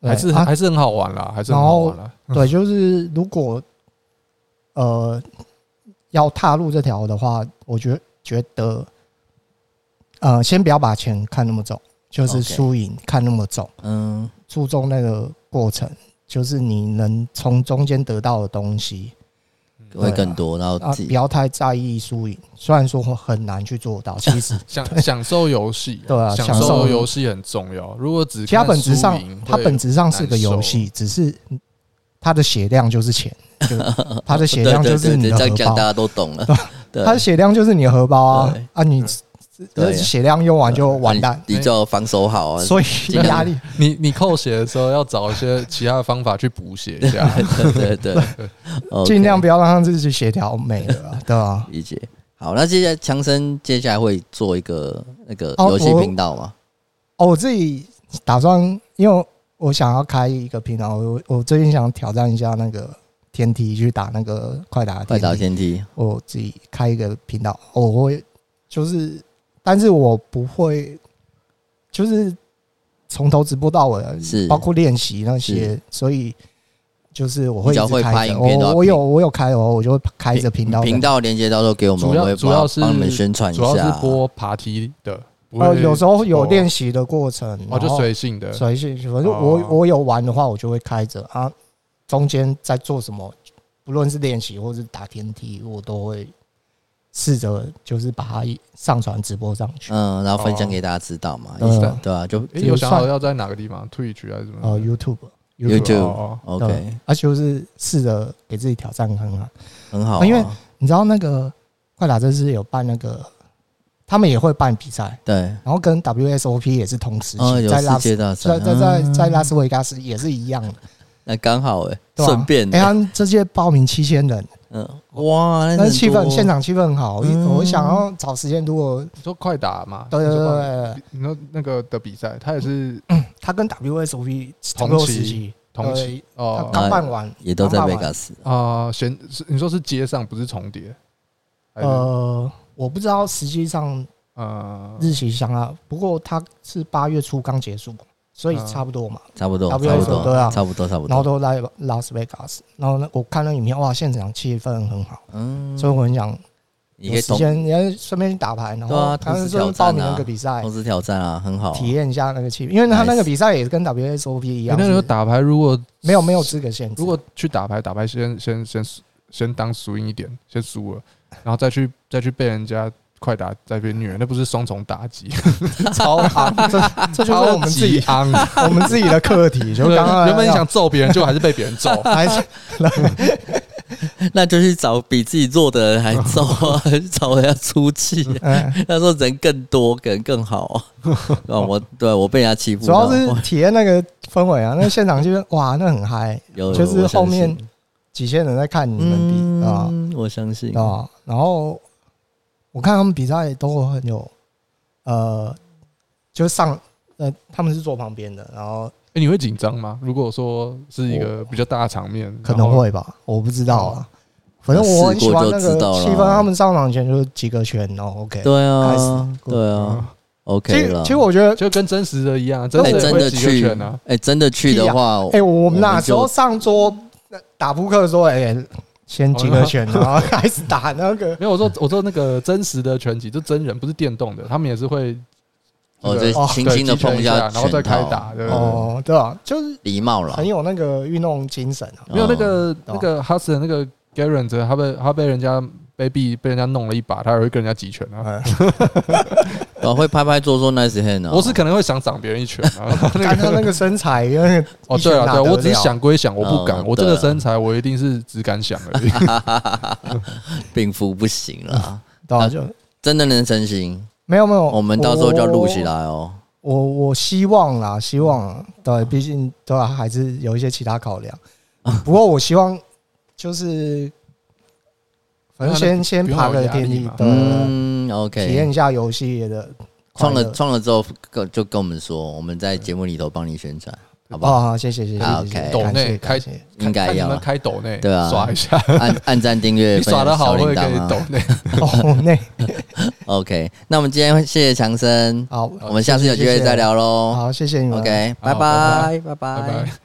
S3: 对
S2: 还是
S3: 啊
S2: 还是很好玩啦，还是很好玩啦。
S3: 对，就是如果呃要踏入这条的话，我觉觉得呃，先不要把钱看那么重，就是
S1: OK
S3: 输赢看那么重，
S1: 嗯
S3: 注重那个过程，就是你能从中间得到的东西
S2: 对
S1: 会更多，然后
S3: 啊，
S1: 自
S3: 不
S1: 己
S3: 要太在意输赢。虽然说很难去做到，
S1: [laughs]
S3: 其实
S2: 享享受游戏，
S3: 对啊
S2: 享
S3: 享
S2: 受
S3: 受
S2: 游戏很重要。如果只
S3: 其实它
S2: 看
S3: 本质
S2: 输
S3: 上
S2: 赢
S3: 它
S2: 会
S3: 本质上是个游戏，只是它的血量就是钱，
S1: [laughs]
S3: 就它的血
S1: 对对
S3: 量就
S1: 对
S3: 是你
S1: 对，
S3: 的
S1: 这样
S3: 荷
S1: 讲大
S3: 包。
S1: 家都懂
S3: [laughs]
S1: 了。对，
S3: 它的血量就是你的荷包啊
S1: 呃对嗯
S3: 啊！你
S1: 对
S3: 这血量用完就完蛋，
S1: 你就要防守好啊。
S3: 所以
S1: 尽量
S3: 压力
S2: 你你扣血的时候要找一些其他的方法去补血一
S3: [laughs]
S2: 下。
S1: 对 [laughs] 对对，OK
S3: 尽量不要让自己血条没了啊，
S1: [laughs]
S3: 对吧？
S1: 理解。好，那接下来强生接下来会做一个那个
S3: 哦
S1: 游戏
S3: 我
S1: 频道嘛？
S3: 哦，我自己打算，因为我想要开一个频道，我我最近想挑战一下那个天梯，去打那个快打
S1: 快
S3: 天
S1: 打
S3: 梯，
S1: 天梯，
S3: 我自己开一个频道，我会就是，但是我不会就是从头直播到尾啊，
S1: 是
S3: 包括练习那些，所以。就是我会
S1: 你只
S3: 一
S1: 要
S3: 直
S1: 会拍
S3: 开着，
S1: 影片都要
S3: 我我
S1: 频
S3: 有我有开哦，我就会开着频道在
S1: 频道连接到时候给我们，
S2: 主要
S1: 我会
S2: 主要
S1: 帮
S2: 是
S1: 帮你们宣传一
S2: 主要
S1: 下
S2: 是。播爬梯的，不
S3: 呃，
S2: 会
S3: 有时候有
S2: 播
S3: 练习的过程，
S2: 哦，就
S3: 然后
S2: 随性的，
S3: 随性，反正
S2: 哦
S3: 我我有玩的话，我就会开着啊。中间在做什么，不论是练习或是打天梯，我都会试着就是把它上传直播上去。
S1: 嗯，然后分享给大家知道嘛，
S3: 哦嗯
S1: 意思对啊，就
S2: 诶
S3: 这个
S2: 有想好
S3: 算
S2: 要在哪个地方？Twitch 还是什
S1: 嗯
S2: 么？
S3: 呃，YouTube
S1: YouTube
S2: 哦哦哦
S1: OK，
S3: 啊，就是试着给自己挑战看看。
S1: 很好啊，
S3: 因为你知道那个快打这次有办那个，他们也会办比赛，
S1: 对，
S3: 然后跟 WSOP 也是同时
S1: 哦，
S3: 期
S1: 有
S3: 在拉
S1: 世
S3: 斯
S1: 界大赛
S3: 在，在在在拉
S1: 嗯
S3: 斯维加斯也是一样的，
S1: 那刚好哎，
S3: 对吧
S1: 顺便
S3: 哎，他们这届报名七千人。
S1: 嗯，哇，那
S3: 但
S1: 很
S3: 是气氛
S1: 多
S3: 现场气氛很好，我一
S1: 嗯
S3: 我想要找时间，如果
S2: 你说快打嘛？
S3: 对对
S2: 你
S3: 对
S2: 说
S3: 对
S2: 快打，
S3: 对，对
S2: 你说那个的比赛，它也是
S3: 他跟 WSOP
S2: 同
S3: 同
S2: 期
S3: 时期，
S2: 同期
S3: 对，他
S2: 哦
S3: 刚办完，
S1: 也都在
S3: 刚办
S1: 维
S3: 完
S1: 加斯，
S2: 啊，衔是你说是街上不是重叠？还是
S1: 哦
S3: 呃，
S1: 哎
S3: 我不知道实际上
S2: 呃，
S3: 日期相啊，不过他是八月初刚结束嘛，所以
S2: 嗯
S3: 差不多嘛。
S1: 差不多，差
S3: WSO
S1: 不
S3: 对
S1: 多，
S3: 啊
S1: 差不多，差不
S3: 然后
S1: 多，
S3: 都在拉斯维加斯，然后呢，我看了影片，哇，现场气氛很好，
S1: 嗯，
S3: 所以我很想
S1: 你可
S3: 有
S1: 以
S3: 时
S1: 同
S3: 间，也顺便去打牌，
S1: 对
S3: 然后
S1: 啊
S3: 他
S1: 同
S3: 们
S1: 时
S3: 就
S1: 挑战
S3: 报名
S1: 啊
S3: 那个比赛，
S1: 同时挑战啊，很好啊，
S3: 体验一下那个气氛，因为他那个比赛也是跟 WSOP 一
S2: 诶
S3: 样，
S2: 哎那时候
S3: 是
S2: 打牌，如果
S3: 没有没有资格限制，
S2: 如果去打牌，打牌先先先先当输赢一点，先输了，然后再去再去被人家快打，再被虐，那不是双重打击？
S3: 超
S2: [laughs]
S3: 昂，这这就是我们自己
S2: 超级昂。
S3: 我们自己的课
S2: [laughs]
S3: 题。就刚刚
S2: 啊原本想揍别人，结果还是被别人揍。 [laughs]
S1: [laughs]
S3: 还是
S1: 那就去找比自己弱的人来揍啊， [laughs] 去找人家出气。
S3: 嗯，
S1: 那时候人更多，可能更好
S3: [laughs]
S1: 啊。啊，我对我被人家欺负
S3: 主
S1: 到，
S3: 要是体验那个氛围啊，那现场就是哇，那很嗨，
S1: 有
S3: 就是
S1: 我相
S3: 后面
S1: 信
S3: 几千人在看你们比啊
S1: 嗯，我相信
S3: 啊，然后我看他们比赛都很有，呃，就上呃他们是坐旁边的，然后
S2: 诶你会紧张吗？如果说是一个比较大的场面，
S3: 可
S2: 然
S3: 能
S2: 后
S3: 会吧，我不知道啊。反正我很喜欢那
S1: 试过就
S3: 个
S1: 知道了
S3: 气氛，他们上场前就几个圈哦，OK。
S1: 对
S3: 开
S1: 啊
S3: 始，
S1: 对啊
S2: 嗯
S3: 其
S1: ，OK
S3: 实
S1: 了。
S3: 其实我觉得
S2: 就跟真实的一样，真
S1: 哎
S2: 实
S1: 真
S2: 会
S1: 的
S2: 几个
S1: 去
S2: 拳啊，，。
S1: 哎真的去的话，哦
S3: 哎、我们
S1: 我
S3: 那
S1: 们
S3: 时
S1: 就
S3: 候上桌打扑克的时候，哎、先几个拳，然后开始打那个
S2: 没有我说我说那个真实的拳击，就真人不是电动的，他们也是会
S1: 哦，
S2: 这
S1: 就
S2: 个
S3: 哦
S1: 轻轻的
S2: 对击拳
S1: 碰
S2: 一下，
S1: 下
S2: 然后
S1: 拳
S2: 再开
S1: 套，
S2: 打，对对对
S3: 哦，对啊，就是
S1: 礼貌了
S3: 很。有那个运动精神啊。
S2: 没有那个
S3: 哦
S2: 那个哈斯的那个 Garant，他被他被人家被逼被人家弄了一把，他还会跟人家击拳啊。
S3: 嗯
S1: 哦，会拍拍做做 nice hand 啊。
S2: 我是可能会想掌别人一拳
S1: [laughs]
S2: 啊。
S3: 看他那个身材，那个
S2: 哦，
S3: 一拳
S2: 对啊，
S3: 打
S2: 对啊，
S3: 得
S2: 我只是
S3: 了
S2: 想归想，我不
S1: 哦
S2: 敢。我这
S1: 对
S2: 个
S1: 啊
S2: 身材，我一定是只敢想而
S1: [laughs]
S2: 已。
S1: 病夫不行啦，
S3: 对啊，就哦
S1: 真的能成型，
S3: 没有没有，
S1: 我们到时候就要录起来哦。
S3: 我我希望啦，希望啦对，毕竟对吧、还是有一些其他
S1: [laughs]
S3: 考量。
S1: 啊
S3: 不过我希望就是，
S2: [laughs]
S3: 反正先先
S2: 不用
S3: 爬
S2: 有
S3: 个
S2: 压力
S3: 天地
S2: 嘛，
S3: 对，
S1: 嗯
S3: 体验
S1: ，OK，
S3: 一下游戏的快
S1: 创
S3: 乐
S1: 了创了之后跟就跟我们说，我们在节目里头帮你宣传，好不好？
S3: 啊！谢谢谢谢
S1: 好
S3: 谢谢
S1: OK
S2: 抖
S3: 感
S2: 内
S3: 谢
S2: 开
S3: 感谢，
S1: 应该
S2: 看看你
S1: 要
S2: 们
S1: 了
S2: 开抖内，
S1: 对啊
S2: 耍一下，
S1: 按 [laughs] 按赞订阅，
S2: [laughs] 你耍的
S1: 分享
S2: 好，
S1: 小
S2: 我也
S1: 铃
S2: 可以
S1: 铛
S2: 抖
S1: 啊。
S2: 内。
S3: 哦，内
S1: OK，那我们今天谢谢强生，
S3: 好，
S1: 我们下次有机会再聊喽。哦
S3: 好，谢谢你们，
S1: OK，
S2: 好
S1: 拜
S2: 拜
S1: 拜拜
S2: 拜
S1: 拜
S2: 拜。